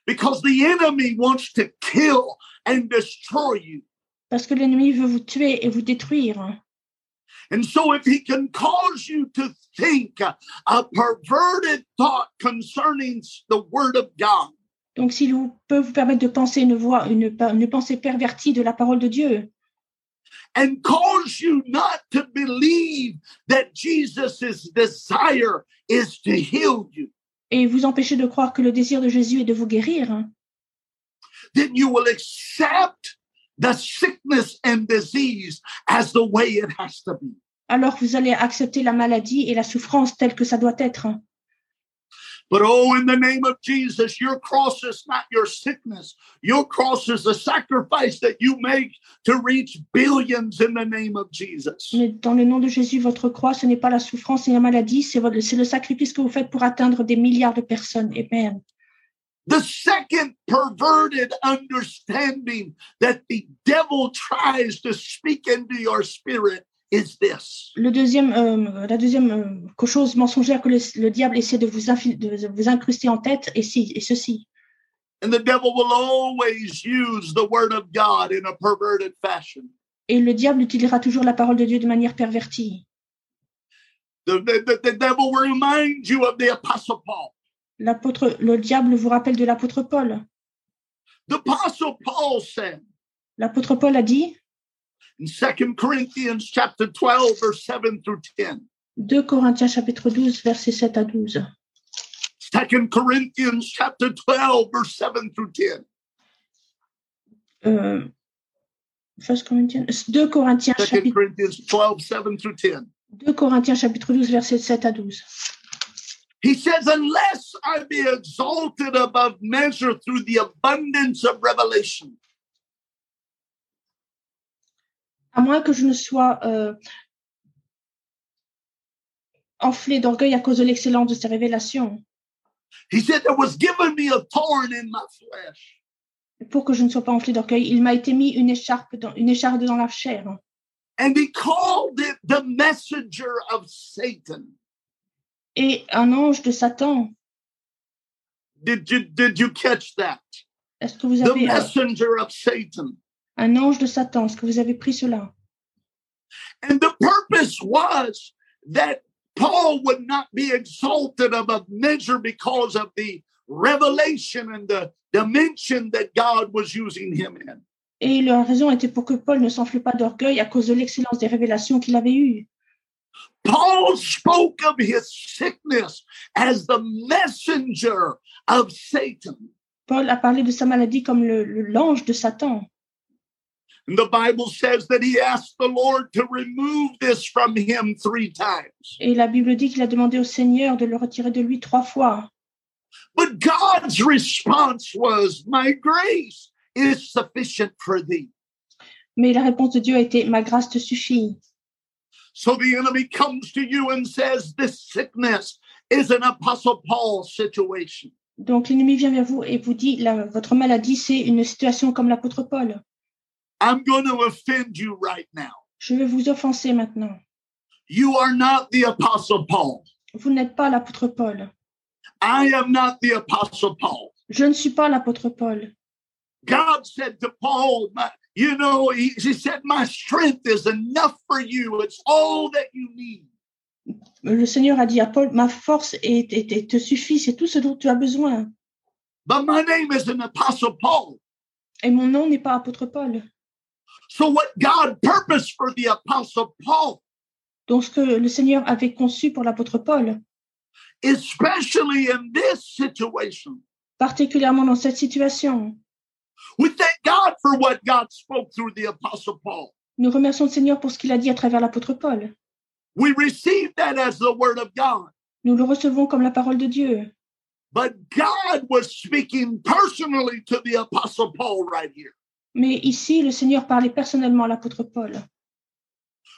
Speaker 4: because the enemy wants to kill and destroy you.
Speaker 3: Parce que l'ennemi veut vous tuer et vous détruire.
Speaker 4: And so, if he can cause you to think a perverted thought concerning the word of God,
Speaker 3: Donc, s'il vous peut vous permettre de penser une voix, une, pa- une pensée pervertie de la parole de Dieu,
Speaker 4: and cause you not to believe that Jesus' desire is to heal you,
Speaker 3: et vous empêcher de croire que le désir de Jésus est de vous guérir,
Speaker 4: then you will accept the sickness and disease as the way it has to be.
Speaker 3: alors vous allez accepter la maladie et la souffrance telle que ça doit être.
Speaker 4: But oh, in the name of Jesus, your cross is not your sickness. Your cross is the sacrifice that you make to reach billions in the name of Jesus.
Speaker 3: Mais dans le nom de Jésus, votre croix, ce n'est pas la souffrance et la maladie, c'est votre- c'est le sacrifice que vous faites pour atteindre des milliards de personnes. Amen.
Speaker 4: The second perverted understanding that the devil tries to speak into your spirit is this
Speaker 3: le deuxième, euh, la deuxième euh, co- chose mensongère que le, le diable essaie de vous, infi- de vous incruster en tête est, si, est ceci.
Speaker 4: And the devil will always use the word of God in a perverted fashion.
Speaker 3: Et le diable utilisera toujours la parole de Dieu de manière pervertie.
Speaker 4: The, the, the, the devil will remind you of the Apostle Paul.
Speaker 3: L'apôtre, le diable vous rappelle de l'apôtre Paul.
Speaker 4: The Apostle Paul said
Speaker 3: L'apôtre Paul a dit,
Speaker 4: in 2 Corinthians chapter 12, verse 7 through 10.
Speaker 3: 2 Corinthiens chapitre 12, versets 7 à 12.
Speaker 4: 2 Corinthians chapter 12, verse 7 through 10.
Speaker 3: Euh, 1 Corinthiens- 2 Corinthians
Speaker 4: 2
Speaker 3: chapitre,
Speaker 4: Corinthians 12, 7 through 10.
Speaker 3: 2 Corinthiens chapitre 12, versets 7 à 12.
Speaker 4: He says, Unless I be exalted above measure through the abundance of revelation,
Speaker 3: À moins que je ne sois euh, enflé d'orgueil à cause de l'excellence de ces révélations.
Speaker 4: he said, There was given me a thorn in my flesh,
Speaker 3: pour que je ne sois pas enflé d'orgueil, il m'a été mis une écharpe dans, une écharpe dans la chair.
Speaker 4: and he called it the messenger of Satan.
Speaker 3: Et un ange de Satan,
Speaker 4: Did you, did you catch that?
Speaker 3: est-ce que vous
Speaker 4: The
Speaker 3: avez euh,
Speaker 4: messenger of Satan.
Speaker 3: un ange de Satan, est-ce que vous avez pris cela
Speaker 4: And the purpose was that Paul would not be exalted above measure because of the revelation and the dimension that God was using him in.
Speaker 3: Et la raison était pour que Paul ne s'enfle pas d'orgueil à cause de l'excellence des révélations qu'il avait eues.
Speaker 4: Paul spoke of his sickness as the messenger of Satan.
Speaker 3: Paul a parlé de sa maladie comme le- le- l'ange de Satan.
Speaker 4: And the Bible says that he asked the Lord to remove this from him three times.
Speaker 3: Et la Bible dit qu'il a demandé au Seigneur de le retirer de lui trois fois.
Speaker 4: But God's response was, My grace is sufficient for thee.
Speaker 3: Mais la réponse de Dieu a été Ma grâce te suffit.
Speaker 4: So the enemy comes to you and says, This sickness is an Apostle Paul situation.
Speaker 3: Donc l'ennemi vient vers vous et vous dit La- Votre maladie, c'est une situation comme l'apôtre Paul.
Speaker 4: I'm going to offend you right now.
Speaker 3: Je vais vous offenser maintenant.
Speaker 4: You are not the Apostle Paul.
Speaker 3: Vous n'êtes pas l'apôtre Paul.
Speaker 4: I am not the Apostle Paul.
Speaker 3: Je ne suis pas l'apôtre Paul.
Speaker 4: God said to Paul, my, You know, he, he said, My strength is enough for you. It's all that you need.
Speaker 3: Euh, Le Seigneur a dit à Paul, ma force est, est- est- te suffit, c'est tout ce dont tu as besoin.
Speaker 4: But my name is an Apostle Paul.
Speaker 3: Et mon nom n'est pas apôtre Paul.
Speaker 4: So, what God purposed for the Apostle Paul,
Speaker 3: Donc ce que le Seigneur avait conçu pour l'apôtre Paul,
Speaker 4: especially in this situation,
Speaker 3: particulièrement dans cette situation.
Speaker 4: We thank God for what God spoke through the Apostle Paul.
Speaker 3: Nous remercions le Seigneur pour ce qu'il a dit à travers l'apôtre Paul.
Speaker 4: We receive that as the word of God.
Speaker 3: Nous le recevons comme la parole de Dieu.
Speaker 4: But God was speaking personally to the Apostle Paul right here.
Speaker 3: Mais ici, le Seigneur parlait personnellement à l'apôtre Paul.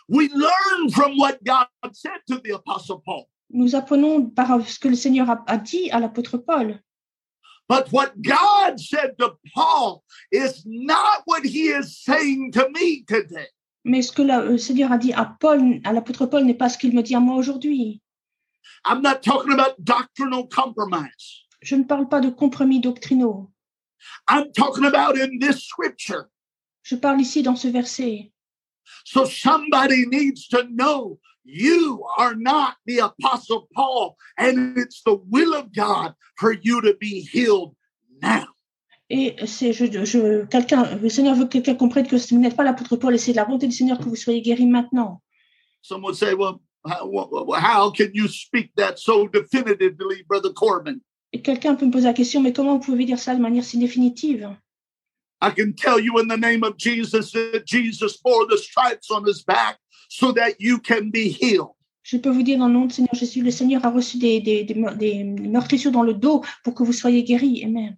Speaker 4: We learn from what God said to the Apostle Paul.
Speaker 3: Nous apprenons par ce que le Seigneur a- a dit à l'apôtre Paul.
Speaker 4: But what God said to Paul is not what he is saying to me today.
Speaker 3: Mais ce que la- le Seigneur a dit à Paul, à l'apôtre Paul, n'est pas ce qu'il me dit à moi aujourd'hui.
Speaker 4: I'm not talking about doctrinal compromise.
Speaker 3: Je ne parle pas de compromis doctrinaux.
Speaker 4: I'm talking about in this scripture.
Speaker 3: Je parle ici dans ce verset.
Speaker 4: So somebody needs to know you are not the Apostle Paul, and it's the will of God for you to be healed now.
Speaker 3: Et c'est, je, je- quelqu'un, le Seigneur veut que quelqu'un comprenne que vous n'êtes pas l'apôtre Paul et c'est de la bonté du Seigneur que vous soyez guéri maintenant.
Speaker 4: Some would say, well, how, wh- wh- how can you speak that so definitively, Brother Corbin?
Speaker 3: Et quelqu'un peut me poser la question, mais comment vous pouvez dire ça de manière si définitive
Speaker 4: I can tell you in the name of Jesus that Jesus bore the stripes on his back so that you can be healed.
Speaker 3: Je peux vous dire dans le nom du Seigneur Jésus, le Seigneur a reçu des, des, des, des meurtrissures dans le dos pour que vous soyez guéris. Amen.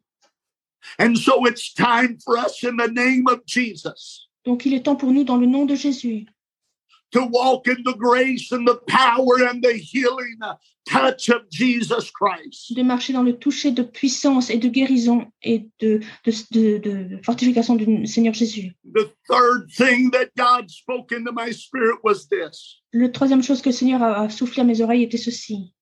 Speaker 4: And so it's time for us in the name of Jesus
Speaker 3: Donc il est temps pour nous, dans le nom de Jésus,
Speaker 4: to walk in the grace and the power and the healing uh, touch of Jesus Christ.
Speaker 3: de marcher dans le toucher de puissance et de guérison et de, de, de- de fortification du Seigneur Jésus.
Speaker 4: The third thing that God spoke into my spirit was this
Speaker 3: Le troisième chose que le Seigneur a a soufflé à mes oreilles était ceci.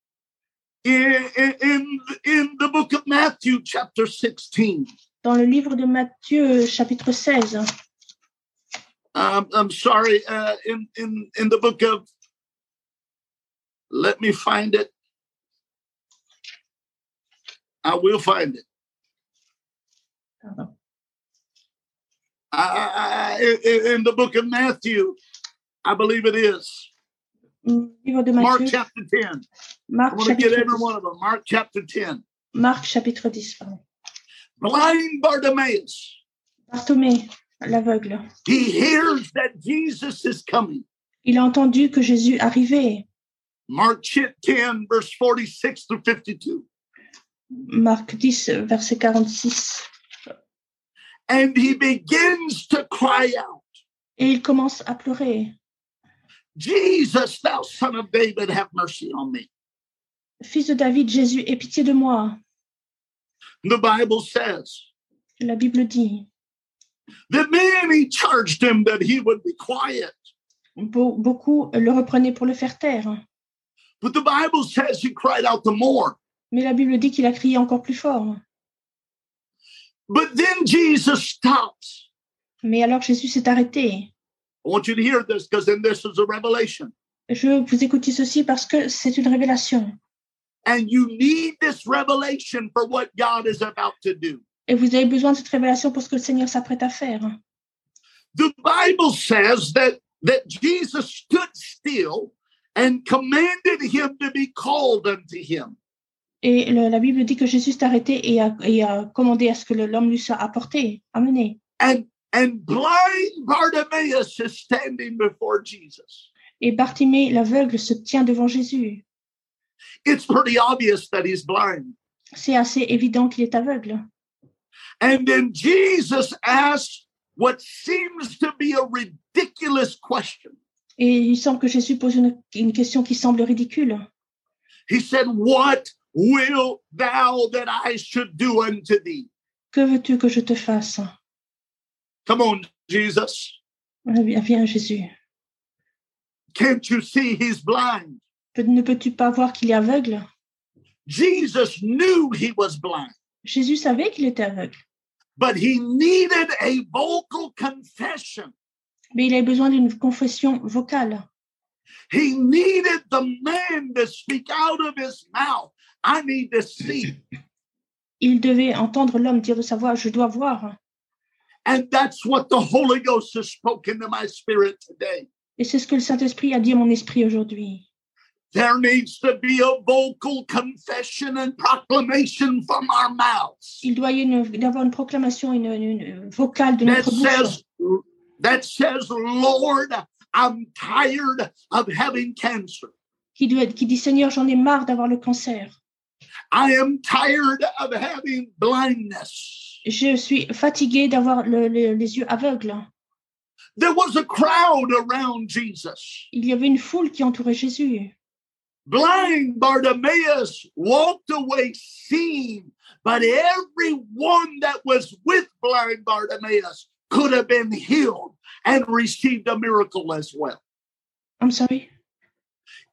Speaker 4: in, in, in the book of Matthew, chapter 16.
Speaker 3: Dans le livre de Matthieu, chapitre hein, 16,
Speaker 4: Um, I'm sorry, uh, in, in, in the book of, let me find it. I will find it.
Speaker 3: pardon.
Speaker 4: I, I, I, in- in the book of Matthew, I believe it is.
Speaker 3: Le livre de
Speaker 4: Mark
Speaker 3: Matthieu,
Speaker 4: chapter 10. I
Speaker 3: Marc
Speaker 4: want to get
Speaker 3: chapitre
Speaker 4: every one
Speaker 3: 10.
Speaker 4: of them. Mark chapter 10.
Speaker 3: Marc chapitre 10, pardon.
Speaker 4: Blind Bartimaeus,
Speaker 3: Barthomée, l'aveugle,
Speaker 4: he hears that Jesus is coming.
Speaker 3: il a entendu que Jésus arrivait.
Speaker 4: Mark 10, verse 46 through 52.
Speaker 3: Marc 10, verset 46.
Speaker 4: And he begins to cry out,
Speaker 3: Et il commence à pleurer.
Speaker 4: Jesus, thou son of David, have mercy on me.
Speaker 3: Fils de David, Jésus, aie pitié de moi.
Speaker 4: The Bible says
Speaker 3: La Bible dit.
Speaker 4: the man he charged him that he would be quiet.
Speaker 3: Be- Beaucoup le reprenaient pour le faire taire.
Speaker 4: But the Bible says he cried out the more.
Speaker 3: Mais la Bible dit qu'il a crié encore plus fort.
Speaker 4: But then Jesus stops.
Speaker 3: Mais alors Jésus s'est arrêté.
Speaker 4: I want you to hear this because then this is a revelation.
Speaker 3: Je vous écoute ceci parce que c'est une révélation.
Speaker 4: And you need this revelation for what God is about to do.
Speaker 3: Et vous avez besoin de cette révélation pour ce que le Seigneur s'apprête à faire.
Speaker 4: The Bible says that, that Jesus stood still and commanded him to be called unto him.
Speaker 3: Et le- la Bible dit que Jésus s'est arrêté et a, et a commandé à ce que le- l'homme lui soit apporté, amené.
Speaker 4: And and blind Bartimaeus is standing before Jesus.
Speaker 3: Et Bartimée, l'aveugle, se tient devant Jésus.
Speaker 4: It's pretty obvious that he's blind.
Speaker 3: C'est assez évident qu'il est aveugle.
Speaker 4: And then Jesus asks what seems to be a ridiculous question.
Speaker 3: Et il semble que Jésus pose une, une question qui semble ridicule.
Speaker 4: He said, What will thou that I should do unto thee?
Speaker 3: Que veux-tu que je te fasse
Speaker 4: Come on, Jesus.
Speaker 3: Viens, viens, Jésus.
Speaker 4: Can't you see he's blind?
Speaker 3: Pe- Ne peux-tu pas voir qu'il est aveugle
Speaker 4: Jesus knew he was blind,
Speaker 3: Jésus savait qu'il était aveugle,
Speaker 4: but he needed a vocal confession.
Speaker 3: mais il avait besoin d'une confession vocale.
Speaker 4: He needed the man to speak out of his mouth. I need to see.
Speaker 3: Il devait entendre l'homme dire de sa voix, je dois voir.
Speaker 4: And that's what the Holy Ghost has spoken to my spirit today.
Speaker 3: Et c'est ce que le Saint-Esprit a dit à mon esprit aujourd'hui.
Speaker 4: There needs to be a vocal confession and proclamation from our mouths
Speaker 3: Il doit y avoir une proclamation, une, une- une vocale de
Speaker 4: that
Speaker 3: notre bouche
Speaker 4: says, that says, Lord, I'm tired of having cancer.
Speaker 3: qui, doit, qui dit Seigneur, j'en ai marre d'avoir le cancer.
Speaker 4: I am tired of having blindness.
Speaker 3: Je suis fatiguée d'avoir le- le- les yeux aveugles.
Speaker 4: There was a crowd around Jesus.
Speaker 3: Il y avait une foule qui entourait Jésus.
Speaker 4: Blind Bartimaeus walked away seeing, but everyone that was with blind Bartimaeus could have been healed and received a miracle as well.
Speaker 3: I'm sorry.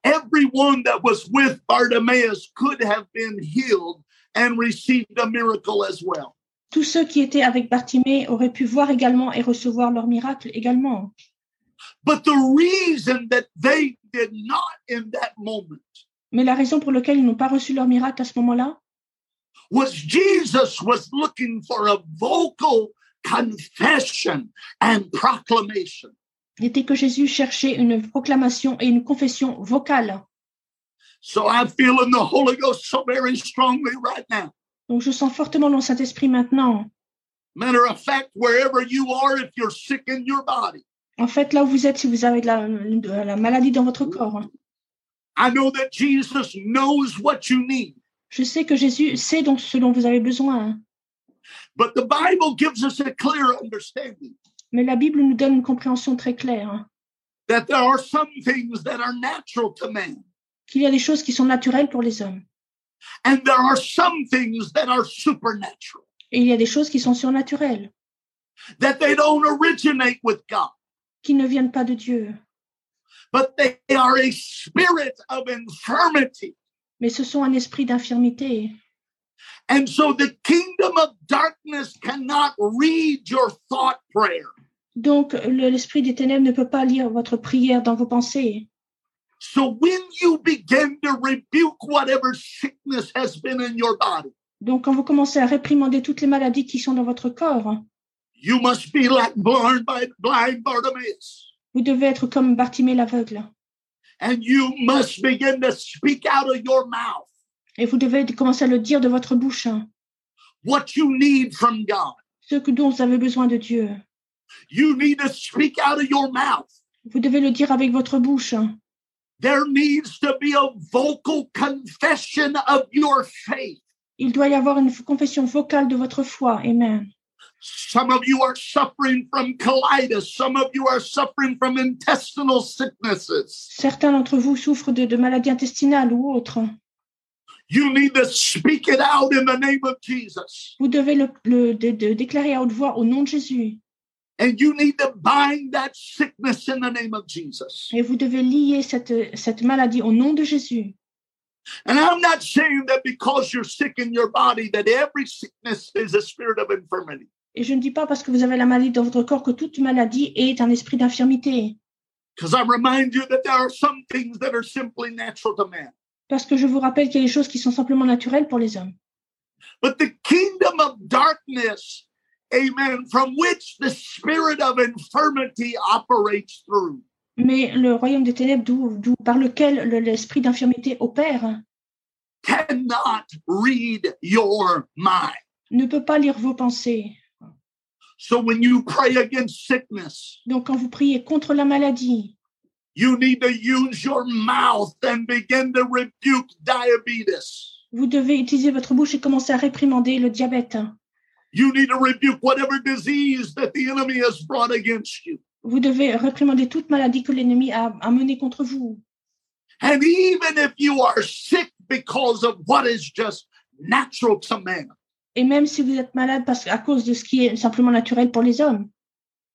Speaker 4: Everyone that was with Bartimaeus could have been healed and received a miracle as well.
Speaker 3: Tous ceux qui étaient avec Bartimée auraient pu voir également et recevoir leur miracle également.
Speaker 4: But the reason that they did not in that moment
Speaker 3: Mais la raison pour laquelle ils n'ont pas reçu leur miracle à ce moment-là,
Speaker 4: was Jesus was looking for a vocal confession and proclamation.
Speaker 3: était que Jésus cherchait une proclamation et une confession vocale.
Speaker 4: So I'm feeling the Holy Ghost so very strongly right now.
Speaker 3: Donc je sens fortement dans le Saint-Esprit maintenant.
Speaker 4: Matter of fact, wherever you are, if you're sick in your body,
Speaker 3: En fait, là où vous êtes, si vous avez de la, de la maladie dans votre corps, hein.
Speaker 4: I know that Jesus knows what you need.
Speaker 3: Je sais que Jésus sait donc ce dont vous avez besoin, hein.
Speaker 4: But the Bible gives us a clear understanding
Speaker 3: mais la Bible nous donne une compréhension très claire hein,
Speaker 4: that there are some things that are natural to man,
Speaker 3: qu'il y a des choses qui sont naturelles pour les hommes
Speaker 4: and there are some things that are supernatural,
Speaker 3: et il y a des choses qui sont surnaturelles,
Speaker 4: that they don't originate with God,
Speaker 3: qui ne viennent pas de Dieu,
Speaker 4: but they are a spirit of infirmity.
Speaker 3: mais ce sont un esprit d'infirmité.
Speaker 4: And so the kingdom of darkness cannot read your thought prayer.
Speaker 3: Donc le- l'esprit des ténèbres ne peut pas lire votre prière dans vos pensées.
Speaker 4: So when you begin to rebuke whatever sickness has been in your body,
Speaker 3: Donc quand vous commencez à réprimander toutes les maladies qui sont dans votre corps, hein,
Speaker 4: you must be like blind by blind Bartimaeus,
Speaker 3: vous devez être comme Bartimée l'aveugle.
Speaker 4: and you must begin to speak out of your mouth
Speaker 3: Et vous devez commencer à le dire de votre bouche, hein,
Speaker 4: what you need from God.
Speaker 3: ce que, dont vous avez besoin de Dieu.
Speaker 4: You need to speak out of your mouth.
Speaker 3: Vous devez le dire avec votre bouche. hein.
Speaker 4: There needs to be a vocal confession of your faith.
Speaker 3: Il doit y avoir une confession vocale de votre foi. Amen.
Speaker 4: Some of you are suffering from colitis. Some of you are suffering from intestinal sicknesses.
Speaker 3: Certains d'entre vous souffrent de, de maladies intestinales ou autres.
Speaker 4: You need to speak it out in the name of Jesus.
Speaker 3: Vous devez le, le- de- de déclarer à haute voix au nom de Jésus.
Speaker 4: And you need to bind that sickness in the name of Jesus.
Speaker 3: Et vous devez lier cette, cette maladie au nom de Jésus.
Speaker 4: And I'm not saying that because you're sick in your body that every sickness is a spirit of infirmity.
Speaker 3: Et je ne dis pas parce que vous avez la maladie dans votre corps que toute maladie est un esprit d'infirmité.
Speaker 4: Because I remind you that there are some things that are simply natural to man.
Speaker 3: Parce que je vous rappelle qu'il y a des choses qui sont simplement naturelles pour les hommes.
Speaker 4: But the kingdom of darkness, amen, from which the spirit of infirmity operates through.
Speaker 3: Mais le royaume des ténèbres, d'où, d'où- par lequel le- l'esprit d'infirmité opère,
Speaker 4: cannot read your mind.
Speaker 3: ne peut pas lire vos pensées.
Speaker 4: So when you pray against sickness,
Speaker 3: Donc quand vous priez contre la maladie,
Speaker 4: you need to use your mouth and begin to rebuke diabetes.
Speaker 3: vous devez utiliser votre bouche et commencer à réprimander le diabète.
Speaker 4: You need to rebuke whatever disease that the enemy has brought against you.
Speaker 3: Vous devez réprimander toute maladie que l'ennemi a, a menée contre vous.
Speaker 4: And even if you are sick because of what is just natural to man,
Speaker 3: Et même si vous êtes malade parce, à cause de ce qui est simplement naturel pour les hommes,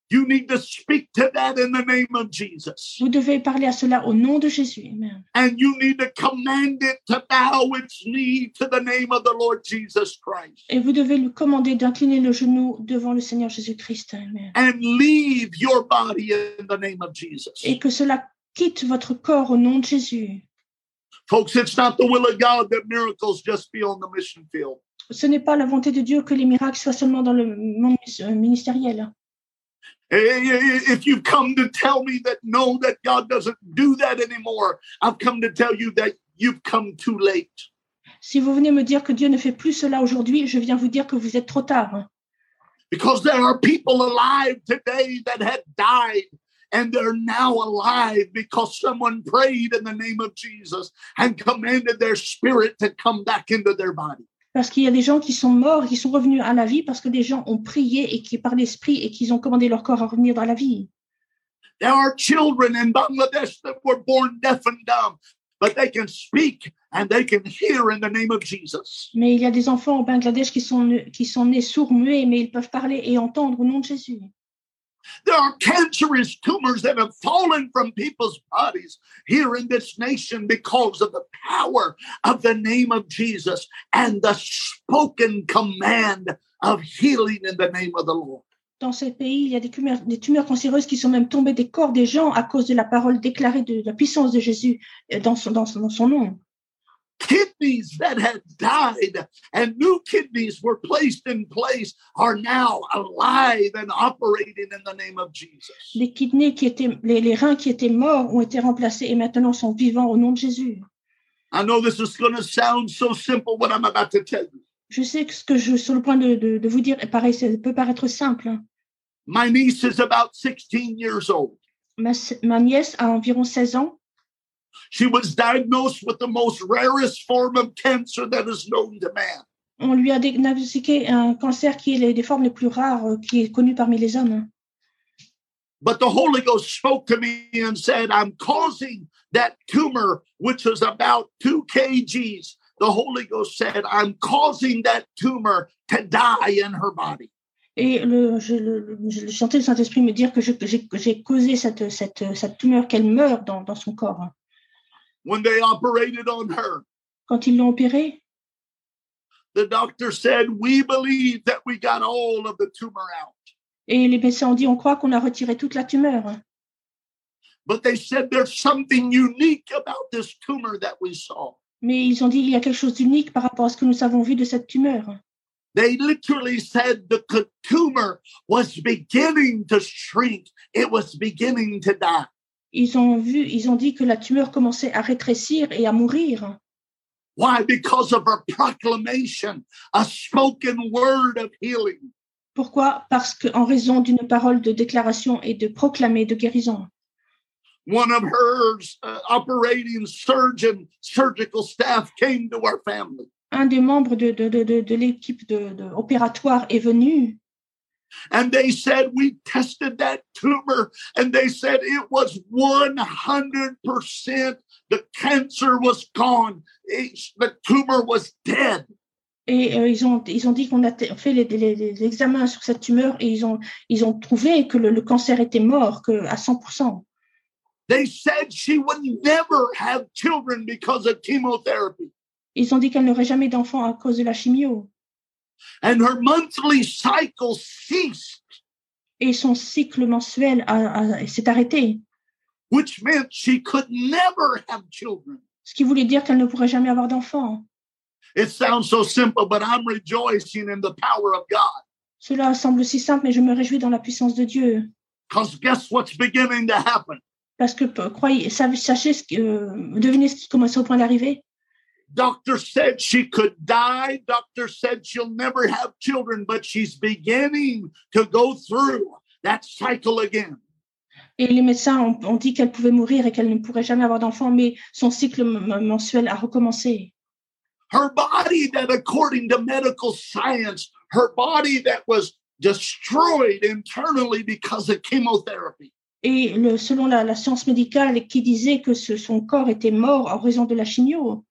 Speaker 4: you need to speak to that in the name of Jesus.
Speaker 3: vous devez parler à cela au nom de Jésus. Amen.
Speaker 4: And you need to command it to bow its knee to the name of the Lord Jesus Christ.
Speaker 3: Et vous devez lui commander d'incliner le genou devant le Seigneur Jésus-Christ. Amen.
Speaker 4: and leave your body in the name of Jesus.
Speaker 3: Et que cela quitte votre corps au nom de Jésus.
Speaker 4: Folks, it's not the will of God that miracles just be on the mission field.
Speaker 3: Ce n'est pas la volonté de Dieu que les miracles soient seulement dans le monde euh, ministériel.
Speaker 4: I- I- If you come to tell me that no, that God doesn't do that anymore, I've come to tell you that you've come too late.
Speaker 3: Si vous venez me dire que Dieu ne fait plus cela aujourd'hui, je viens vous dire que vous êtes trop tard. hein.
Speaker 4: Because there are people alive today that had died. And they're now alive because someone prayed in the name of Jesus and commanded their spirit to come back into their body.
Speaker 3: Parce qu'il y a des gens qui sont morts, qui sont revenus à la vie parce que des gens ont prié et qui, par l'esprit et qu'ils ont commandé leur corps à revenir dans la vie.
Speaker 4: There are children in Bangladesh that were born deaf and dumb, but they can speak and they can hear in the name of Jesus.
Speaker 3: Mais il y a des enfants au Bangladesh qui sont, nés- qui sont nés sourds, muets, mais ils peuvent parler et entendre au nom de Jésus.
Speaker 4: There are cancerous tumors that have fallen from people's bodies here in this nation because of the power of the name of Jesus and the spoken command of healing in the name of the Lord.
Speaker 3: Dans ce pays, il y a des tumeurs, des tumeurs cancéreuses qui sont même tombées des corps des gens à cause de la parole déclarée de la puissance de Jésus euh, dans son, dans son- dans son nom.
Speaker 4: Kidneys that had died and new kidneys were placed in place are now alive and operating in the name of Jesus.
Speaker 3: Les kidneys qui étaient, les, les reins qui étaient morts ont été remplacés et maintenant sont vivants au nom de Jésus.
Speaker 4: I know this is going to sound so simple what I'm about to tell you.
Speaker 3: Je sais que ce que je suis sur le point de, de- de vous dire est pareil, ça peut paraître simple. hein.
Speaker 4: My niece is about 16 years old.
Speaker 3: Ma, s- ma nièce a environ 16 ans
Speaker 4: She was diagnosed with the most rarest form of cancer that is known to man.
Speaker 3: On lui a diagnostiqué un cancer qui est l'une des formes les plus rares euh, qui est connu parmi les hommes. hein.
Speaker 4: But the Holy Ghost spoke to me and said, I'm causing that tumor, which is about two kgs. The Holy Ghost said, I'm causing that tumor to die in her body.
Speaker 3: Et le, je, le, je sentais le Saint-Esprit me dire que je- que j'ai que j'ai causé cette, cette, cette tumeur, qu'elle meurt dans, dans son corps. hein.
Speaker 4: When they operated on her,
Speaker 3: Quand ils l'ont opérée,
Speaker 4: the doctor said, We believe that we got all of the tumor out.
Speaker 3: et les médecins ont dit on croit qu'on a retiré toute la tumeur. hein.
Speaker 4: But they said, There's something unique about this tumor that we saw.
Speaker 3: Mais ils ont dit il y a quelque chose d'unique par rapport à ce que nous avons vu de cette tumeur. hein.
Speaker 4: They literally said the c- tumor was beginning to shrink, it was beginning to die.
Speaker 3: Ils ont vu, ils ont dit que la tumeur commençait à rétrécir et à mourir. hein.
Speaker 4: Why? Because of her proclamation, a spoken word of healing.
Speaker 3: Pourquoi Parce qu'en raison d'une parole de déclaration et de proclamé de guérison.
Speaker 4: One of her uh, operating surgeon, surgical staff came to our family
Speaker 3: Un des membres de, de, de, de, de l'équipe de, de opératoire est venu
Speaker 4: and they said, We tested that tumor and they said it was 100%. The cancer was gone, It- the tumor was dead.
Speaker 3: et euh, ils, ont, ils ont dit qu'on a t- fait les, les- les examens sur cette tumeur et ils ont, ils ont trouvé que le, le cancer était mort que à 100%.
Speaker 4: They said she would never have children because of chemotherapy.
Speaker 3: Ils ont dit qu'elle n'aurait jamais d'enfant à cause de la chimio.
Speaker 4: And her monthly cycle ceased,
Speaker 3: Et son cycle mensuel a- a- s'est arrêté,
Speaker 4: which meant she could never have children.
Speaker 3: ce qui voulait dire qu'elle ne pourrait jamais avoir d'enfant.
Speaker 4: It sounds so simple, but I'm rejoicing in the power of God.
Speaker 3: Cela semble si simple, mais je me réjouis dans la puissance de Dieu.
Speaker 4: Because guess what's beginning to happen?
Speaker 3: Parce que pe- croyez, sav- sachez, ce que- euh, devinez ce qui commençait au point d'arrivée.
Speaker 4: Doctor said she could die. Doctor said she'll never have children, but she's beginning to go through that cycle again.
Speaker 3: Et les médecins ont, ont dit qu'elle pouvait mourir et qu'elle ne pourrait jamais avoir d'enfant, mais son cycle m- m- mensuel a recommencé.
Speaker 4: her body that according to medical science her body that was destroyed internally because of chemotherapy
Speaker 3: Et le- selon la, la science médicale qui disait que ce- son corps était mort en raison de la chimio,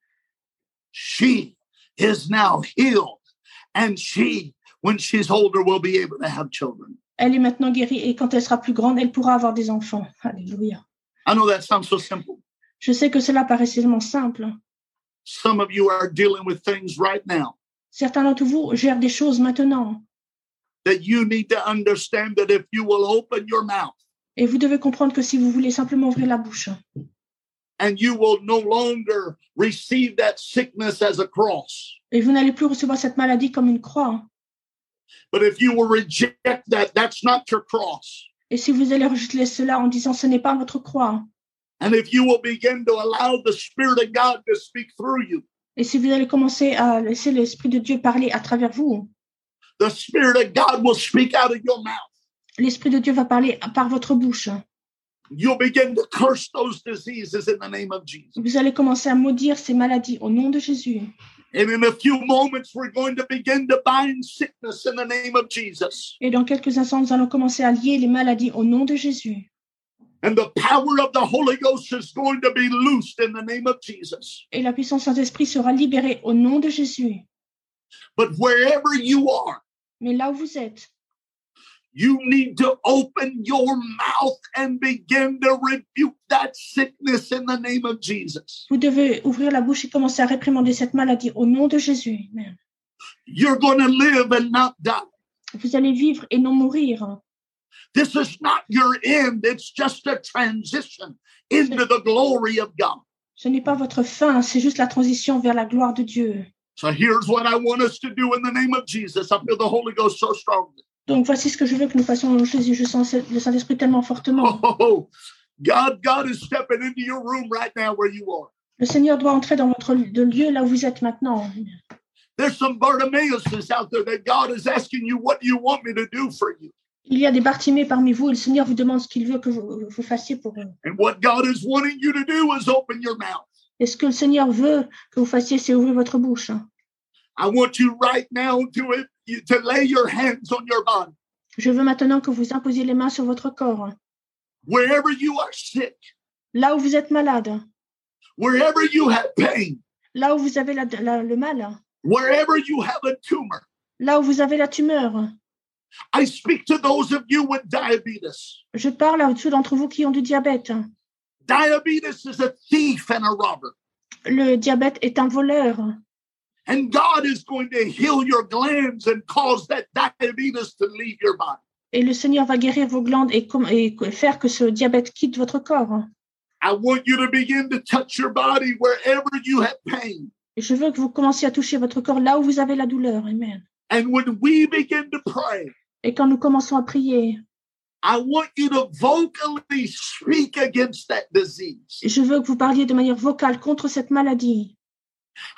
Speaker 4: she is now healed and she when she's older will be able to have children
Speaker 3: elle est maintenant guérie et quand elle sera plus grande, elle pourra avoir des enfants. Alléluia.
Speaker 4: i know that sounds so simple
Speaker 3: Je sais que cela paraît tellement simple.
Speaker 4: some of you are dealing with things right now
Speaker 3: Certains d'entre vous gèrent des choses maintenant
Speaker 4: that you need to understand that if you will open your mouth
Speaker 3: et vous devez comprendre que si vous voulez simplement ouvrir la bouche
Speaker 4: and you will no longer receive that sickness as a cross
Speaker 3: et vous n'allez plus recevoir cette maladie comme une croix
Speaker 4: but if you will reject that that's not your cross
Speaker 3: et si vous allez rejeter cela en disant ce n'est pas votre croix
Speaker 4: And if you will begin to allow the Spirit of God to speak through you,
Speaker 3: et si vous allez commencer à laisser l'Esprit de Dieu parler à travers vous,
Speaker 4: the Spirit of God will speak out of your mouth.
Speaker 3: l'Esprit de Dieu va parler par votre bouche.
Speaker 4: You'll begin to curse those diseases in the name of Jesus.
Speaker 3: Vous allez commencer à maudire ces maladies au nom de Jésus.
Speaker 4: And in a few moments, we're going to begin to bind sickness in the name of Jesus.
Speaker 3: Et dans quelques instants, nous allons commencer à lier les maladies au nom de Jésus.
Speaker 4: And the power of the Holy Ghost is going to be loosed in the name of Jesus.
Speaker 3: Et la puissance du Saint-Esprit sera libérée au nom de Jésus.
Speaker 4: But wherever you are,
Speaker 3: Mais là où vous êtes,
Speaker 4: you need to open your mouth and begin to rebuke that sickness in the name of Jesus.
Speaker 3: Vous devez ouvrir la bouche et commencer à réprimander cette maladie au nom de Jésus. Amen.
Speaker 4: You're going to live and not die.
Speaker 3: Vous allez vivre et non mourir.
Speaker 4: This is not your end. It's just a transition into the glory of God.
Speaker 3: Ce n'est pas votre fin, c'est juste la transition vers la gloire de Dieu.
Speaker 4: So here's what I want us to do in the name of Jesus. I feel the Holy Ghost so strongly.
Speaker 3: Donc voici ce que je veux que nous fassions au nom de Jésus. Je sens le Saint-Esprit tellement
Speaker 4: Oh,
Speaker 3: fortement.
Speaker 4: oh, oh. God, God is stepping into your room right now where you are.
Speaker 3: Le Seigneur doit entrer dans votre de lieu là où vous êtes maintenant.
Speaker 4: There's some Bartimaeuses out there that God is asking you, what do you want me to do for you?
Speaker 3: Il y a des Bartimées parmi vous et le Seigneur vous demande ce qu'il veut que vous, vous fassiez pour eux.
Speaker 4: And what God is wanting you to do is open your mouth.
Speaker 3: Et ce que le Seigneur veut que vous fassiez, c'est ouvrir votre bouche.
Speaker 4: I want you right now to, to lay your hands on your body.
Speaker 3: Je veux maintenant que vous imposiez les mains sur votre corps,
Speaker 4: Wherever you are sick,
Speaker 3: là où vous êtes malade,
Speaker 4: wherever you have pain,
Speaker 3: là où vous avez la- la- le mal,
Speaker 4: wherever you have a tumor,
Speaker 3: là où vous avez la tumeur.
Speaker 4: I speak to those of you with diabetes.
Speaker 3: Je parle à ceux d'entre vous qui ont du diabète.
Speaker 4: Diabetes is a thief and a robber.
Speaker 3: Le diabète est un voleur
Speaker 4: And God is going to heal your glands and cause that diabetes to leave your body.
Speaker 3: et le Seigneur va guérir vos glandes et, com- et faire que ce diabète quitte votre corps. hein.
Speaker 4: I want you to begin to touch your body wherever you have pain.
Speaker 3: Je veux que vous commenciez à toucher votre corps là où vous avez la douleur. Amen.
Speaker 4: And when we begin to pray,
Speaker 3: Et quand nous commençons à prier,
Speaker 4: I want you to vocally speak against that disease.
Speaker 3: je veux que vous parliez de manière vocale contre cette maladie.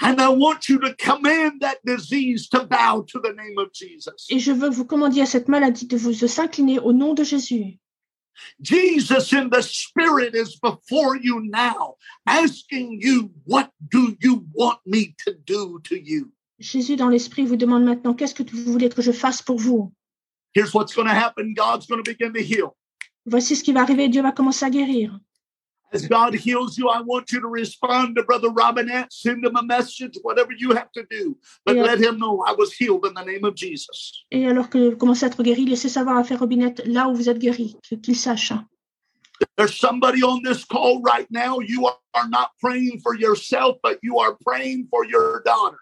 Speaker 4: And I want you to command that disease to bow to the name of Jesus.
Speaker 3: Et je veux que vous commandiez à cette maladie de vous de s'incliner au nom de Jésus.
Speaker 4: Jesus in the spirit is before you now, asking you, What do you want me to do to you?
Speaker 3: Jésus dans l'esprit vous demande maintenant qu'est-ce que vous voulez que je fasse pour vous.
Speaker 4: Here's what's going to happen God's going to begin to heal.
Speaker 3: Voici ce qui va arriver. Dieu va commencer à guérir.
Speaker 4: As God heals you, I want you to respond to Brother Robinette, send him a message, whatever you have to do. But
Speaker 3: Yeah.
Speaker 4: let him know I was healed in the name of Jesus.
Speaker 3: Et alors que vous commencez à être guéri, laissez savoir à faire robinette là où vous êtes guéri, que- qu'il sache. hein.
Speaker 4: There's somebody on this call right now. You are- are not praying for yourself, but you are praying for your daughter.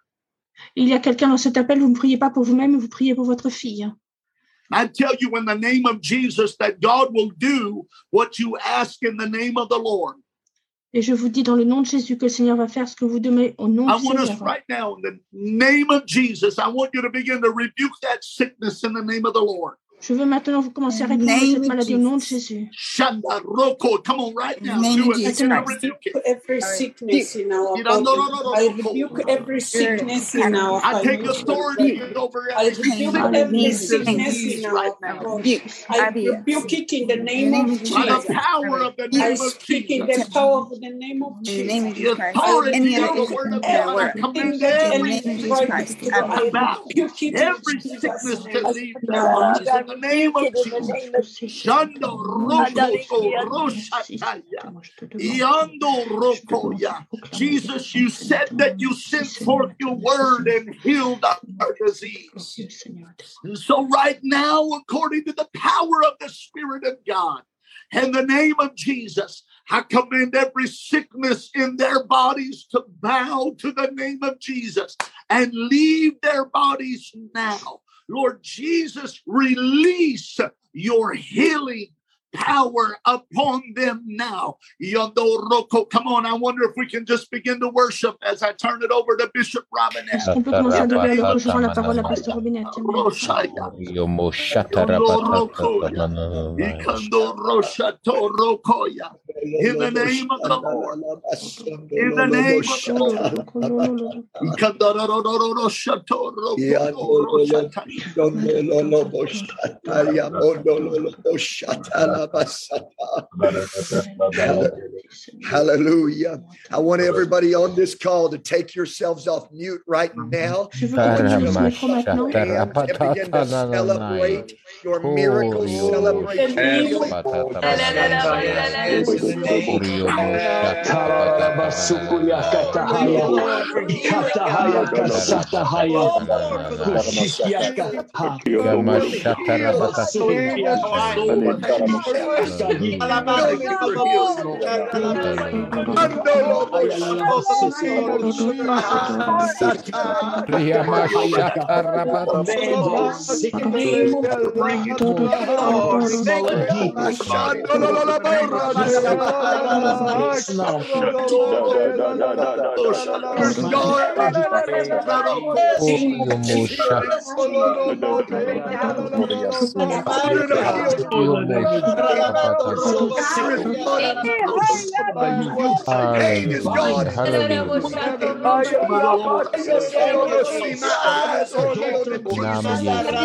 Speaker 3: Il y a quelqu'un dans cet appel, vous ne priez pas pour vous-même, vous priez pour votre fille. hein.
Speaker 4: I tell you in the name of Jesus that God will do what you ask in the name of the Lord.
Speaker 3: Et je vous dis dans le nom de Jésus que le Seigneur va faire ce que vous demandez au nom
Speaker 4: I
Speaker 3: du
Speaker 4: want us
Speaker 3: Seigneur.
Speaker 4: right now in the name of Jesus. I want you to begin to rebuke that sickness in the name of the Lord.
Speaker 3: Je veux maintenant vous commencer à répondre
Speaker 5: Name
Speaker 3: cette
Speaker 5: of
Speaker 3: maladie au nom de
Speaker 5: Jesus.
Speaker 3: Jésus.
Speaker 4: Shanda roko. Come on, right now.
Speaker 5: Name
Speaker 4: Do
Speaker 5: of
Speaker 4: it.
Speaker 5: Jesus
Speaker 4: Begin to
Speaker 5: Christ.
Speaker 4: rebuke it.
Speaker 6: every sickness in our
Speaker 4: You don't- no, no, no,
Speaker 6: body.
Speaker 4: no,
Speaker 6: I
Speaker 4: no, no.
Speaker 6: rebuke every sickness in our
Speaker 4: I take
Speaker 6: financial
Speaker 4: authority
Speaker 6: body.
Speaker 4: over
Speaker 6: I
Speaker 4: every
Speaker 6: rebuke
Speaker 4: sickness
Speaker 6: every
Speaker 5: Diabetes,
Speaker 6: sickness
Speaker 4: disease
Speaker 6: in
Speaker 4: right
Speaker 6: our
Speaker 4: now.
Speaker 6: body. I rebuke it in the name
Speaker 5: Name
Speaker 6: of
Speaker 5: of
Speaker 4: By the
Speaker 6: Jesus.
Speaker 5: Jesus.
Speaker 4: power of the
Speaker 6: I
Speaker 4: name of
Speaker 6: speak in
Speaker 4: Jesus,
Speaker 6: the power of the name of
Speaker 5: In the name
Speaker 6: Jesus.
Speaker 5: of Jesus
Speaker 4: the
Speaker 5: Christ.
Speaker 6: I
Speaker 5: Any
Speaker 4: authority
Speaker 5: other
Speaker 4: of the
Speaker 6: rebuke
Speaker 4: Word
Speaker 5: sickness in
Speaker 4: of
Speaker 5: our
Speaker 4: God, I
Speaker 5: world.
Speaker 6: every
Speaker 4: command
Speaker 6: sickness,
Speaker 5: In the
Speaker 4: every
Speaker 6: any
Speaker 5: Eh, name of
Speaker 4: sickness
Speaker 5: Jesus
Speaker 4: to
Speaker 6: arthritis.
Speaker 5: Christ.
Speaker 4: come
Speaker 6: I
Speaker 4: to bow,
Speaker 6: rebuke it in
Speaker 4: every
Speaker 6: Jesus'
Speaker 4: sickness
Speaker 6: name.
Speaker 4: to
Speaker 6: I
Speaker 4: leave
Speaker 6: speak
Speaker 4: their
Speaker 6: out.
Speaker 4: bodies
Speaker 6: I
Speaker 4: in the name
Speaker 6: rebuke
Speaker 4: of
Speaker 6: it in the
Speaker 4: Jesus.
Speaker 6: name of Jesus.
Speaker 4: Shando roko so roshataya. Yando roko ya. Jesus, you said that you sent forth your word and healed our disease. And so, right now, according to the power of the Spirit of God, in the name of Jesus, I command every sickness in their bodies to bow to the name of Jesus and leave their bodies now. Lord Jesus, release your healing power upon them now. Yondo Roko. Come on, I wonder if we can just begin to worship as I turn it over to Bishop Robinette.
Speaker 3: Est-ce qu'on peut commencer à adorer alors que je rends la parole à Pasteur Robinette Amen.
Speaker 4: Roshaya.
Speaker 7: Yomo
Speaker 4: Yondo
Speaker 7: shatarapatatatatana
Speaker 4: Rokoya. Ikando Roshato Rokoya. In the name of the Lord. In the name of the Lord. Ikandororororoshato rokoto roshataya.
Speaker 2: Hallelujah. I want everybody on this call to take yourselves off mute right
Speaker 5: Mm-hmm.
Speaker 2: now.
Speaker 3: Je veux
Speaker 2: I want
Speaker 3: qu'on prenne
Speaker 2: you to
Speaker 3: notre
Speaker 7: Tarama
Speaker 3: micro
Speaker 2: lift up your
Speaker 3: maintenant.
Speaker 2: hands and begin to
Speaker 7: shatarapatatatananaya.
Speaker 2: celebrate your miracle,
Speaker 7: Koryomo
Speaker 2: celebrate your
Speaker 7: shata
Speaker 2: healing.
Speaker 7: patapatatataya.
Speaker 2: This is the day
Speaker 7: Koryomo shata
Speaker 8: Tararabasukuriakata
Speaker 2: the
Speaker 8: haya.
Speaker 7: patapatatataya.
Speaker 2: Lord for healing
Speaker 8: Ikata
Speaker 2: God.
Speaker 8: haya kasata haya.
Speaker 2: The Lord for
Speaker 7: Tararapatatatananaya.
Speaker 2: salvation.
Speaker 8: Kusikiakata.
Speaker 2: The
Speaker 7: Kama
Speaker 2: Lord to
Speaker 7: shata
Speaker 2: heal.
Speaker 8: Sokiakata.
Speaker 4: Lord,
Speaker 8: Ikata hika
Speaker 2: The ability
Speaker 4: thank you.
Speaker 8: kasata.
Speaker 2: for
Speaker 8: Yes,
Speaker 2: healing.
Speaker 8: Lord.
Speaker 7: Riyama shata
Speaker 8: Command all sickness to leave, bring it to
Speaker 2: Lord,
Speaker 8: our
Speaker 2: make
Speaker 8: smaller
Speaker 2: it
Speaker 8: people,
Speaker 2: double.
Speaker 8: bring it to our
Speaker 2: Shandolololobora,
Speaker 8: finances,
Speaker 2: Pain is gone. My eyes are open.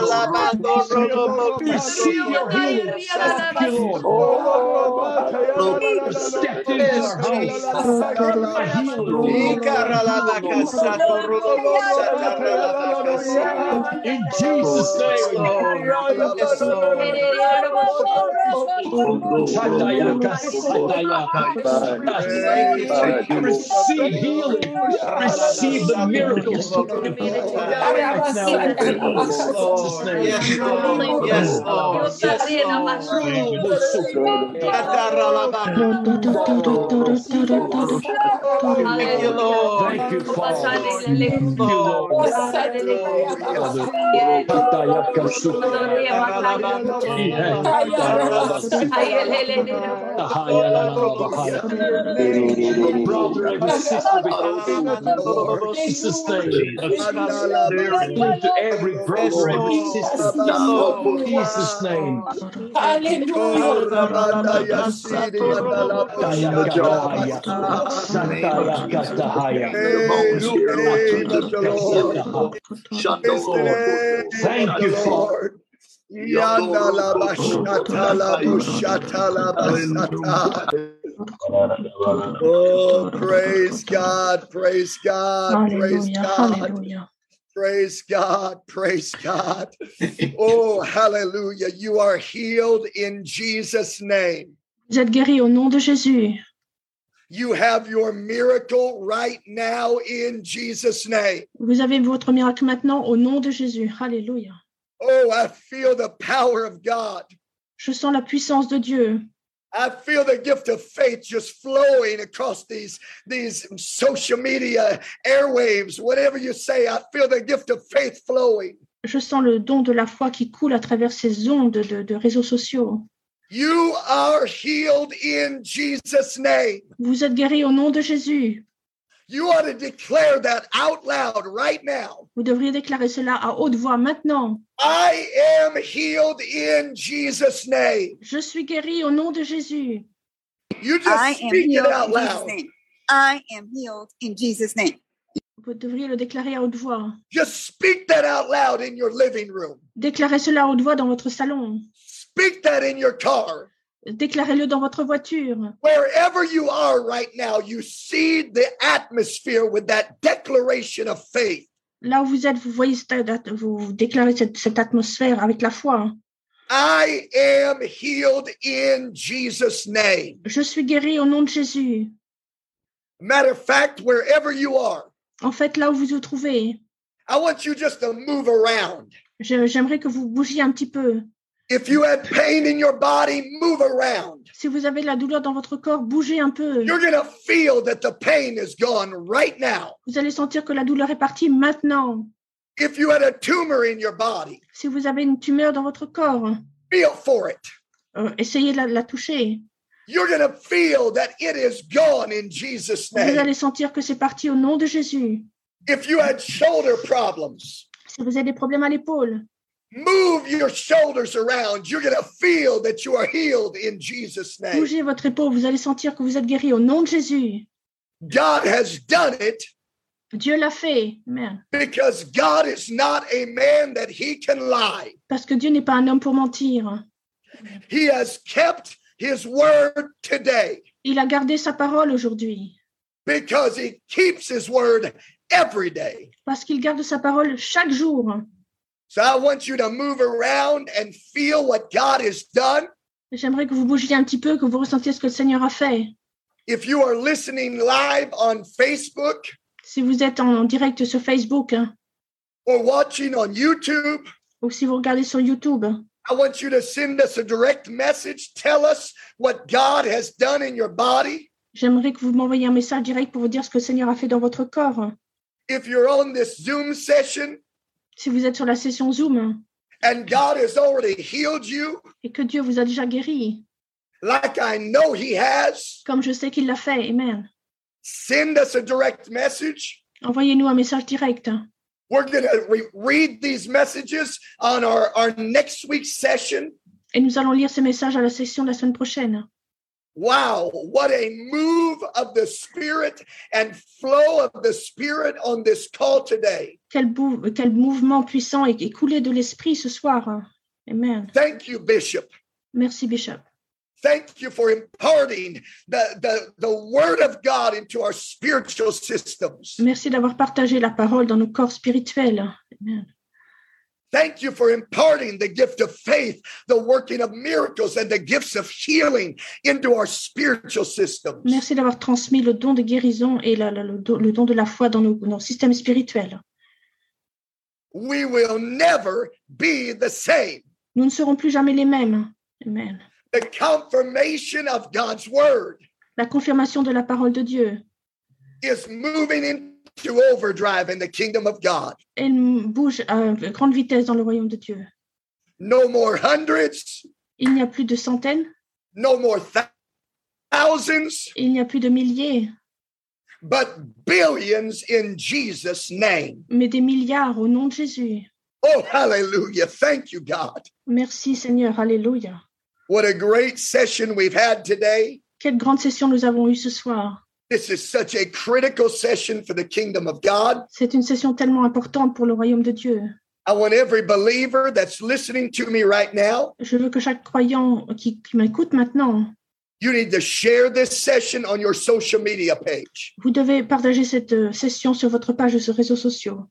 Speaker 8: Receive your healing. Thank you, Lord. Step into our house. My healing. In Jesus' name. Receive healing. Receive the miracles. Yes, Lord. Yes, Lord. Thank you, Lord. Thank you, Father. Thank you, Lord.
Speaker 5: Brother, every sister, every sustain. to every brother, every sister. In Jesus' name.
Speaker 2: Thank
Speaker 4: Ah,
Speaker 5: Thank you, Father.
Speaker 2: Oh, praise God, praise God, praise
Speaker 3: Hallelujah,
Speaker 2: God.
Speaker 3: hallelujah.
Speaker 2: Praise God. Praise God. Oh, hallelujah. You are healed in Jesus' name.
Speaker 3: Vous êtes guéris au nom de Jésus.
Speaker 2: You have your miracle right now in Jesus' name.
Speaker 3: Vous avez votre miracle maintenant au nom de Jésus. Alléluia.
Speaker 2: Oh, I feel the power of God.
Speaker 3: Je sens la puissance de Dieu.
Speaker 2: I feel the gift of faith just flowing across these, these social media airwaves, whatever you say. I feel the gift of faith flowing.
Speaker 3: Je sens le don de la foi qui coule à travers ces ondes de, de réseaux sociaux.
Speaker 2: You are healed in Jesus' name.
Speaker 3: Vous êtes guéris au nom de Jésus.
Speaker 2: You ought to declare that out loud right now.
Speaker 3: Vous devriez déclarer cela à haute voix maintenant.
Speaker 2: I am healed in Jesus' name.
Speaker 3: Je suis guéri au nom de Jésus.
Speaker 2: You
Speaker 9: I
Speaker 2: just
Speaker 9: am
Speaker 2: speak it
Speaker 9: healed
Speaker 2: out
Speaker 9: in Jesus'
Speaker 2: loud.
Speaker 9: name. I am healed in Jesus' name.
Speaker 3: Vous devriez le déclarer à haute voix.
Speaker 2: Just speak that out loud in your living room.
Speaker 3: Déclarez cela à haute voix dans votre salon.
Speaker 2: Speak that in your car.
Speaker 3: Déclarez-le dans votre voiture.
Speaker 2: Wherever you are right now, you see the atmosphere with that declaration of faith.
Speaker 3: Là où vous êtes, vous voyez cette- cette- vous déclarez cette, cette atmosphère avec la foi.
Speaker 2: I am healed in Jesus' name.
Speaker 3: Je suis guéri au nom de Jésus.
Speaker 2: Matter of fact, wherever you are,
Speaker 3: En fait, là où vous vous trouvez,
Speaker 2: I want you just to move around.
Speaker 3: je- j'aimerais que vous bougiez un petit peu.
Speaker 2: If you had pain in your body, move around.
Speaker 3: Si vous avez de la douleur dans votre corps, bougez un peu.
Speaker 2: You're going to feel that the pain is gone right now.
Speaker 3: Vous allez sentir que la douleur est partie maintenant.
Speaker 2: If you had a tumor in your body,
Speaker 3: Si vous avez une tumeur dans votre corps,
Speaker 2: feel for it.
Speaker 3: euh, essayez de la, la toucher.
Speaker 2: You're going to feel that it is gone in Jesus'
Speaker 3: Vous
Speaker 2: name.
Speaker 3: allez sentir que c'est parti au nom de Jésus.
Speaker 2: If you had shoulder problems,
Speaker 3: Si vous avez des problèmes à l'épaule,
Speaker 2: move your shoulders around. You're going to feel that you are healed in Jesus' name.
Speaker 3: bougez votre épaule, vous allez sentir que vous êtes guéri au nom de Jésus.
Speaker 2: God has done it
Speaker 3: Dieu l'a fait. Amen.
Speaker 2: because God is not a man that he can lie.
Speaker 3: Parce que Dieu n'est pas un homme pour mentir.
Speaker 2: He has kept his word today
Speaker 3: Il a gardé sa parole aujourd'hui
Speaker 2: because he keeps his word every day.
Speaker 3: parce qu'il garde sa parole chaque jour.
Speaker 2: So I want you to move around and feel what God has done.
Speaker 3: J'aimerais que vous bougiez un petit peu, que vous ressentiez ce que le Seigneur a fait.
Speaker 2: If you are listening live on Facebook
Speaker 3: Si vous êtes en direct sur Facebook hein,
Speaker 2: or watching on YouTube,
Speaker 3: ou si vous regardez sur YouTube,
Speaker 2: I want you to send us a direct message. Tell us what God has done in your body.
Speaker 3: j'aimerais que vous m'envoyiez un message direct pour vous dire ce que le Seigneur a fait dans votre corps.
Speaker 2: If you're on this Zoom session
Speaker 3: Si vous êtes sur la session Zoom
Speaker 2: and God has already healed you,
Speaker 3: et que Dieu vous a déjà guéri,
Speaker 2: like I know He has,
Speaker 3: comme je sais qu'il l'a fait, Amen.
Speaker 2: send us a direct message.
Speaker 3: Envoyez-nous un message direct.
Speaker 2: We're going to re- read these messages on our, our next week's session.
Speaker 3: Et nous allons lire ces messages à la session de la semaine prochaine.
Speaker 2: Wow, what a move of the Spirit and flow of the Spirit on this call today.
Speaker 3: Quel, bou- quel mouvement puissant est coulé de l'esprit ce soir. Amen.
Speaker 2: Thank you, Bishop.
Speaker 3: Merci, Bishop.
Speaker 2: Thank you for imparting the, the, the Word of God into our spiritual systems.
Speaker 3: Merci d'avoir partagé la parole dans nos corps spirituels. Amen.
Speaker 2: Thank you for imparting the gift of faith, the working of miracles, and the gifts of healing into our spiritual systems.
Speaker 3: Merci d'avoir transmis le don de guérison et la- la- le, don, le don de la foi dans nos, dans nos systèmes spirituels.
Speaker 2: We will never be the same.
Speaker 3: Nous ne serons plus jamais les mêmes. Amen.
Speaker 2: The confirmation of God's Word
Speaker 3: La confirmation de la parole de Dieu,
Speaker 2: is moving into overdrive in the kingdom of God.
Speaker 3: elle bouge à grande vitesse dans le royaume de Dieu.
Speaker 2: No more hundreds,
Speaker 3: Il n'y a plus de centaines,
Speaker 2: no more thou- thousands,
Speaker 3: il n'y a plus de milliers,
Speaker 2: but billions in Jesus' name.
Speaker 3: mais des milliards au nom de Jésus.
Speaker 2: Oh, hallelujah. Thank you, God.
Speaker 3: Merci Seigneur, Alléluia.
Speaker 2: What a great session we've had today.
Speaker 3: Quelle grande session nous avons eue ce soir.
Speaker 2: This is such a critical session for the kingdom of God.
Speaker 3: C'est une session tellement importante pour le royaume de Dieu.
Speaker 2: I want every believer that's listening to me right now,
Speaker 3: Je veux que chaque croyant qui, qui m'écoute maintenant,
Speaker 2: you need to share this session on your social media page.
Speaker 3: vous devez partager cette euh, session sur votre page de réseaux sociaux.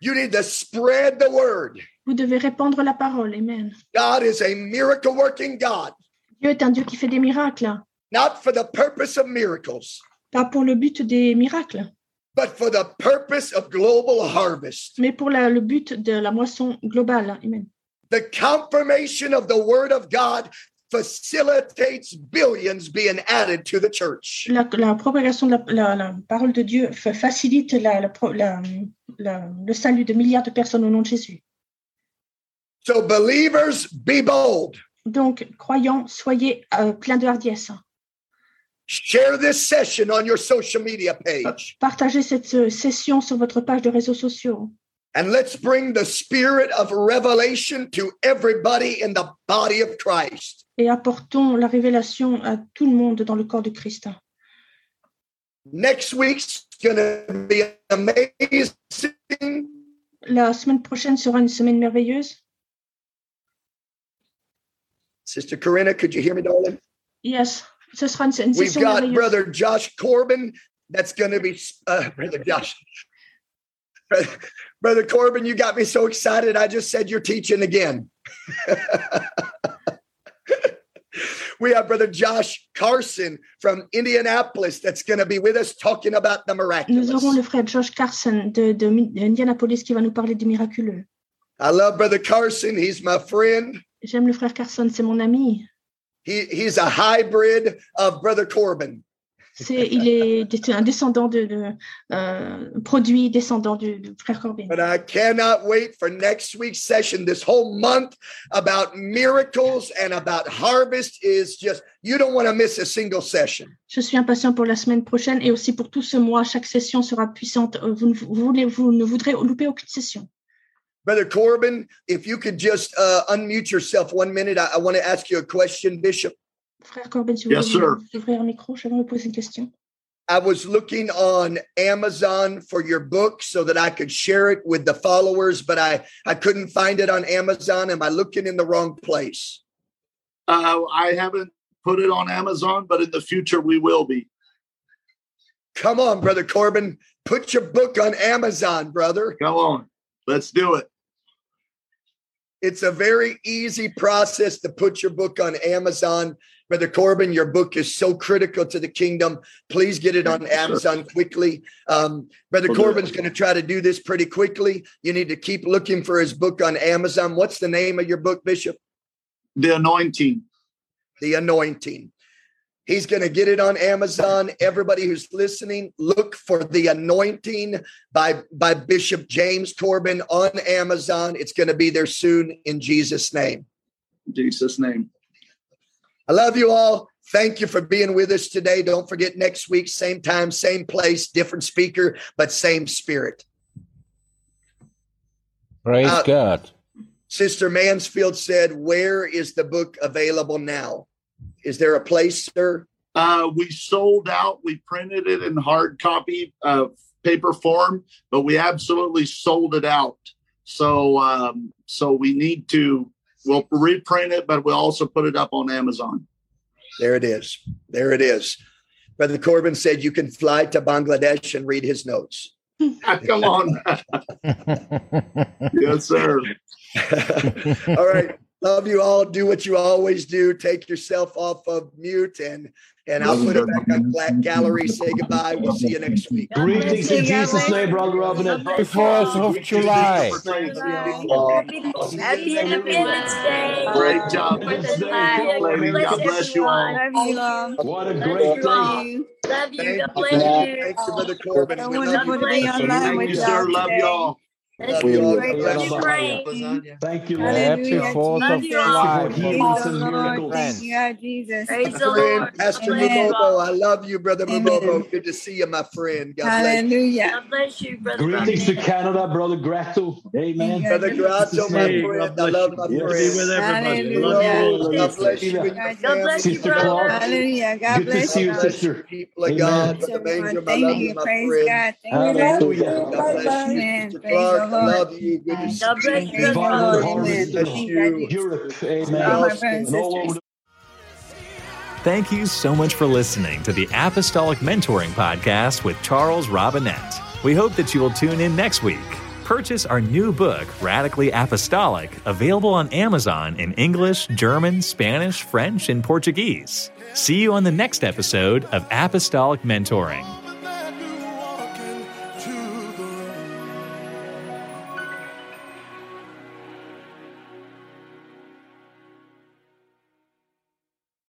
Speaker 2: You need to spread the word.
Speaker 3: Vous devez répandre la parole. Amen.
Speaker 2: God is a miracle working God,
Speaker 3: Dieu est un Dieu qui fait des miracles, hein.
Speaker 2: not for the purpose of miracles,
Speaker 3: pas pour le but des miracles,
Speaker 2: but for the purpose of global harvest.
Speaker 3: mais pour la- le but de la moisson globale. Amen.
Speaker 2: The confirmation of the word of God facilitates billions being added to the church.
Speaker 3: La, la propagation de la, la- la parole de Dieu fa- facilite la- la pro- la- la- le salut de milliards de personnes au nom de Jésus.
Speaker 2: So, believers, be bold.
Speaker 3: Donc, croyants, soyez euh, pleins de hardiesse.
Speaker 2: Share this session on your social media page.
Speaker 3: Partagez cette euh, session sur votre page de réseaux sociaux.
Speaker 2: And let's bring the spirit of revelation to everybody in the body of Christ.
Speaker 3: et apportons la révélation à tout le monde dans le corps de Christ.
Speaker 2: Next week's going to be amazing.
Speaker 3: La semaine prochaine sera une semaine merveilleuse.
Speaker 2: Sister Corinna, could you hear me, darling?
Speaker 3: Yes, ce sera une, une
Speaker 2: We've
Speaker 3: session
Speaker 2: got
Speaker 3: merveilleuse.
Speaker 2: Brother Josh Corbin. That's going to be uh, Brother Josh. Brother Corbin, you got me so excited. I just said you're teaching again. we have Brother Josh Carson from Indianapolis that's going to be with us talking about the
Speaker 3: Nous aurons
Speaker 2: miraculous.
Speaker 3: le frère Josh Carson de, de Mi- d'Indianapolis qui va nous parler du miraculeux.
Speaker 2: I love Brother Carson. He's my friend.
Speaker 3: J'aime le frère Carson, c'est mon ami.
Speaker 2: He, he's a hybrid of Brother Corbin.
Speaker 3: C'est, il est c'est un descendant de, de, euh, produit descendant du, du frère Corbin.
Speaker 2: But I cannot wait for next week's session. This whole month about miracles and about harvest is just, you don't want to miss a single session.
Speaker 3: Je suis impatient pour la semaine prochaine et aussi pour tout ce mois. Chaque session sera puissante. Euh, Vous ne, vous, voulez- vous ne voudrez louper aucune session.
Speaker 2: Brother Corbin, if you could just uh, unmute yourself one minute, I, I want to ask you a question, Bishop.
Speaker 3: Frère Corbin, si vous
Speaker 4: Yes,
Speaker 3: voulez
Speaker 4: sir.
Speaker 3: vous ouvrir un micro, je vais vous poser une question.
Speaker 2: I was looking on Amazon for your book so that I could share it with the followers, but I, I couldn't find it on Amazon. Am I looking in the wrong place?
Speaker 4: Uh, I haven't put it on Amazon, but in the future we will be.
Speaker 2: Come on, Brother Corbin. Put your book on Amazon, brother.
Speaker 4: Come on. Let's do it.
Speaker 2: It's a very easy process to put your book on Amazon. Brother Corbin, your book is so critical to the kingdom. Please get it on Amazon quickly. Um, Brother
Speaker 4: We'll do it.
Speaker 2: Corbin's going to try to do this pretty quickly. You need to keep looking for his book on Amazon. What's the name of your book, Bishop?
Speaker 4: The anointing.
Speaker 2: the anointing. He's going to get it on Amazon. Everybody who's listening, look for the anointing by by Bishop James Corbin on Amazon. It's going to be there soon in Jesus name.
Speaker 4: In Jesus' name.
Speaker 2: I love you all. Thank you for being with us today. Don't forget next week, same time, same place, different speaker, but same spirit.
Speaker 10: Praise
Speaker 2: Uh,
Speaker 10: God.
Speaker 2: Sister Mansfield said, "Where is the book available now? Is there a place, sir?"
Speaker 4: Uh, we sold out. We printed it in hard copy uh, paper form, but we absolutely sold it out. So, um, so we need to. We'll reprint it, but we'll also put it up on Amazon.
Speaker 2: There it is. There it is. Brother Corbin said you can fly to Bangladesh and read his notes.
Speaker 4: Come on. yes, sir.
Speaker 2: all right. Love you all. Do what you always do. Take yourself off of mute and and I'll put it back on Black Gallery. Say goodbye. We'll see you next week.
Speaker 5: Greetings in Jesus' name, Brother Robin. and Brother
Speaker 10: Fourth
Speaker 5: Carl.
Speaker 10: of July.
Speaker 5: Greetings in Jesus' name.
Speaker 11: Happy Independence Day.
Speaker 4: Great job.
Speaker 11: For the
Speaker 5: Independence Day,
Speaker 11: flag.
Speaker 5: Paul.
Speaker 4: Lady, God bless you all.
Speaker 11: Love you all.
Speaker 5: What a
Speaker 11: Love
Speaker 5: great
Speaker 11: you
Speaker 5: day.
Speaker 11: all. Love you. God bless
Speaker 2: Thank
Speaker 11: you.
Speaker 2: you, Brother Corbin.
Speaker 9: So
Speaker 2: We love
Speaker 9: wonderful
Speaker 2: you.
Speaker 9: to be
Speaker 11: Thank you.
Speaker 9: online
Speaker 4: Thank
Speaker 9: with
Speaker 4: you,
Speaker 9: y'all
Speaker 4: sir. Love
Speaker 9: today.
Speaker 4: you all.
Speaker 11: Let's
Speaker 2: Love
Speaker 11: keep
Speaker 2: you all.
Speaker 9: Great
Speaker 2: God bless
Speaker 9: to
Speaker 2: you.
Speaker 11: praying.
Speaker 5: Thank you, Lord.
Speaker 10: Happy
Speaker 9: Hallelujah.
Speaker 10: Fourth
Speaker 11: Love
Speaker 10: of
Speaker 9: Jesus.
Speaker 11: you all.
Speaker 10: July, my
Speaker 5: For
Speaker 9: Praise
Speaker 5: healings
Speaker 9: the
Speaker 5: and
Speaker 10: friends and
Speaker 9: Lord. Thank
Speaker 5: miracles.
Speaker 9: you,
Speaker 10: friends.
Speaker 9: our Jesus.
Speaker 11: Praise the
Speaker 2: Friend,
Speaker 11: Lord.
Speaker 2: Pastor
Speaker 11: Bless you
Speaker 9: Amen.
Speaker 2: Mabobo,
Speaker 11: all.
Speaker 2: I love you, Brother
Speaker 9: Amen.
Speaker 2: Mabobo. Good to see you, my friend. God bless you.
Speaker 9: Hallelujah.
Speaker 11: God bless you, Brother
Speaker 5: Greetings to
Speaker 11: Robin.
Speaker 5: Canada, Brother Grato. Amen.
Speaker 9: Thank
Speaker 2: Brother
Speaker 9: you, Jesus.
Speaker 2: Grato,
Speaker 5: Jesus'
Speaker 2: my
Speaker 5: name.
Speaker 2: friend. I love my
Speaker 5: Yes.
Speaker 2: friend.
Speaker 9: Hallelujah.
Speaker 2: Lord,
Speaker 5: Lord,
Speaker 2: God
Speaker 5: Lord,
Speaker 2: bless you
Speaker 5: Lord.
Speaker 2: and your
Speaker 11: God
Speaker 2: family.
Speaker 11: bless you,
Speaker 2: God bless
Speaker 5: Sister
Speaker 11: brother.
Speaker 5: Clark,
Speaker 2: you.
Speaker 9: Hallelujah. God
Speaker 5: good to
Speaker 9: bless
Speaker 2: God
Speaker 5: see you,
Speaker 9: y'all.
Speaker 2: bless you,
Speaker 5: sister.
Speaker 2: people of God.
Speaker 5: Amen.
Speaker 9: Bless
Speaker 2: Brother
Speaker 9: everyone.
Speaker 2: Mangrum, I
Speaker 9: Thank
Speaker 2: love you,
Speaker 9: you.
Speaker 2: my
Speaker 9: Praise
Speaker 2: friend.
Speaker 9: God. Thank
Speaker 2: God
Speaker 9: you, Lord.
Speaker 2: bless you.
Speaker 5: Hallelujah.
Speaker 2: God bless you,
Speaker 9: Amen. Praise
Speaker 2: Sister
Speaker 9: the
Speaker 2: Clark. I
Speaker 9: Lord.
Speaker 2: love you. Good to see
Speaker 11: God
Speaker 2: you.
Speaker 11: bless you, Brother
Speaker 9: Praise the
Speaker 5: Revival
Speaker 9: Lord.
Speaker 11: Robin.
Speaker 5: harvest
Speaker 9: Amen.
Speaker 5: in
Speaker 2: Bless
Speaker 9: Thank you, our
Speaker 2: you.
Speaker 9: Jesus.
Speaker 5: Europe.
Speaker 2: See
Speaker 9: All
Speaker 5: Amen.
Speaker 2: y'all
Speaker 9: my brothers
Speaker 2: soon.
Speaker 9: and
Speaker 5: And all over
Speaker 9: sisters.
Speaker 5: the
Speaker 1: Thank you so much for listening to the Apostolic Mentoring Podcast with Charles Robinette. We hope that you will tune in next week. Purchase our new book, Radically Apostolic, available on Amazon in English, German, Spanish, French, and Portuguese. See you on the next episode of Apostolic Mentoring.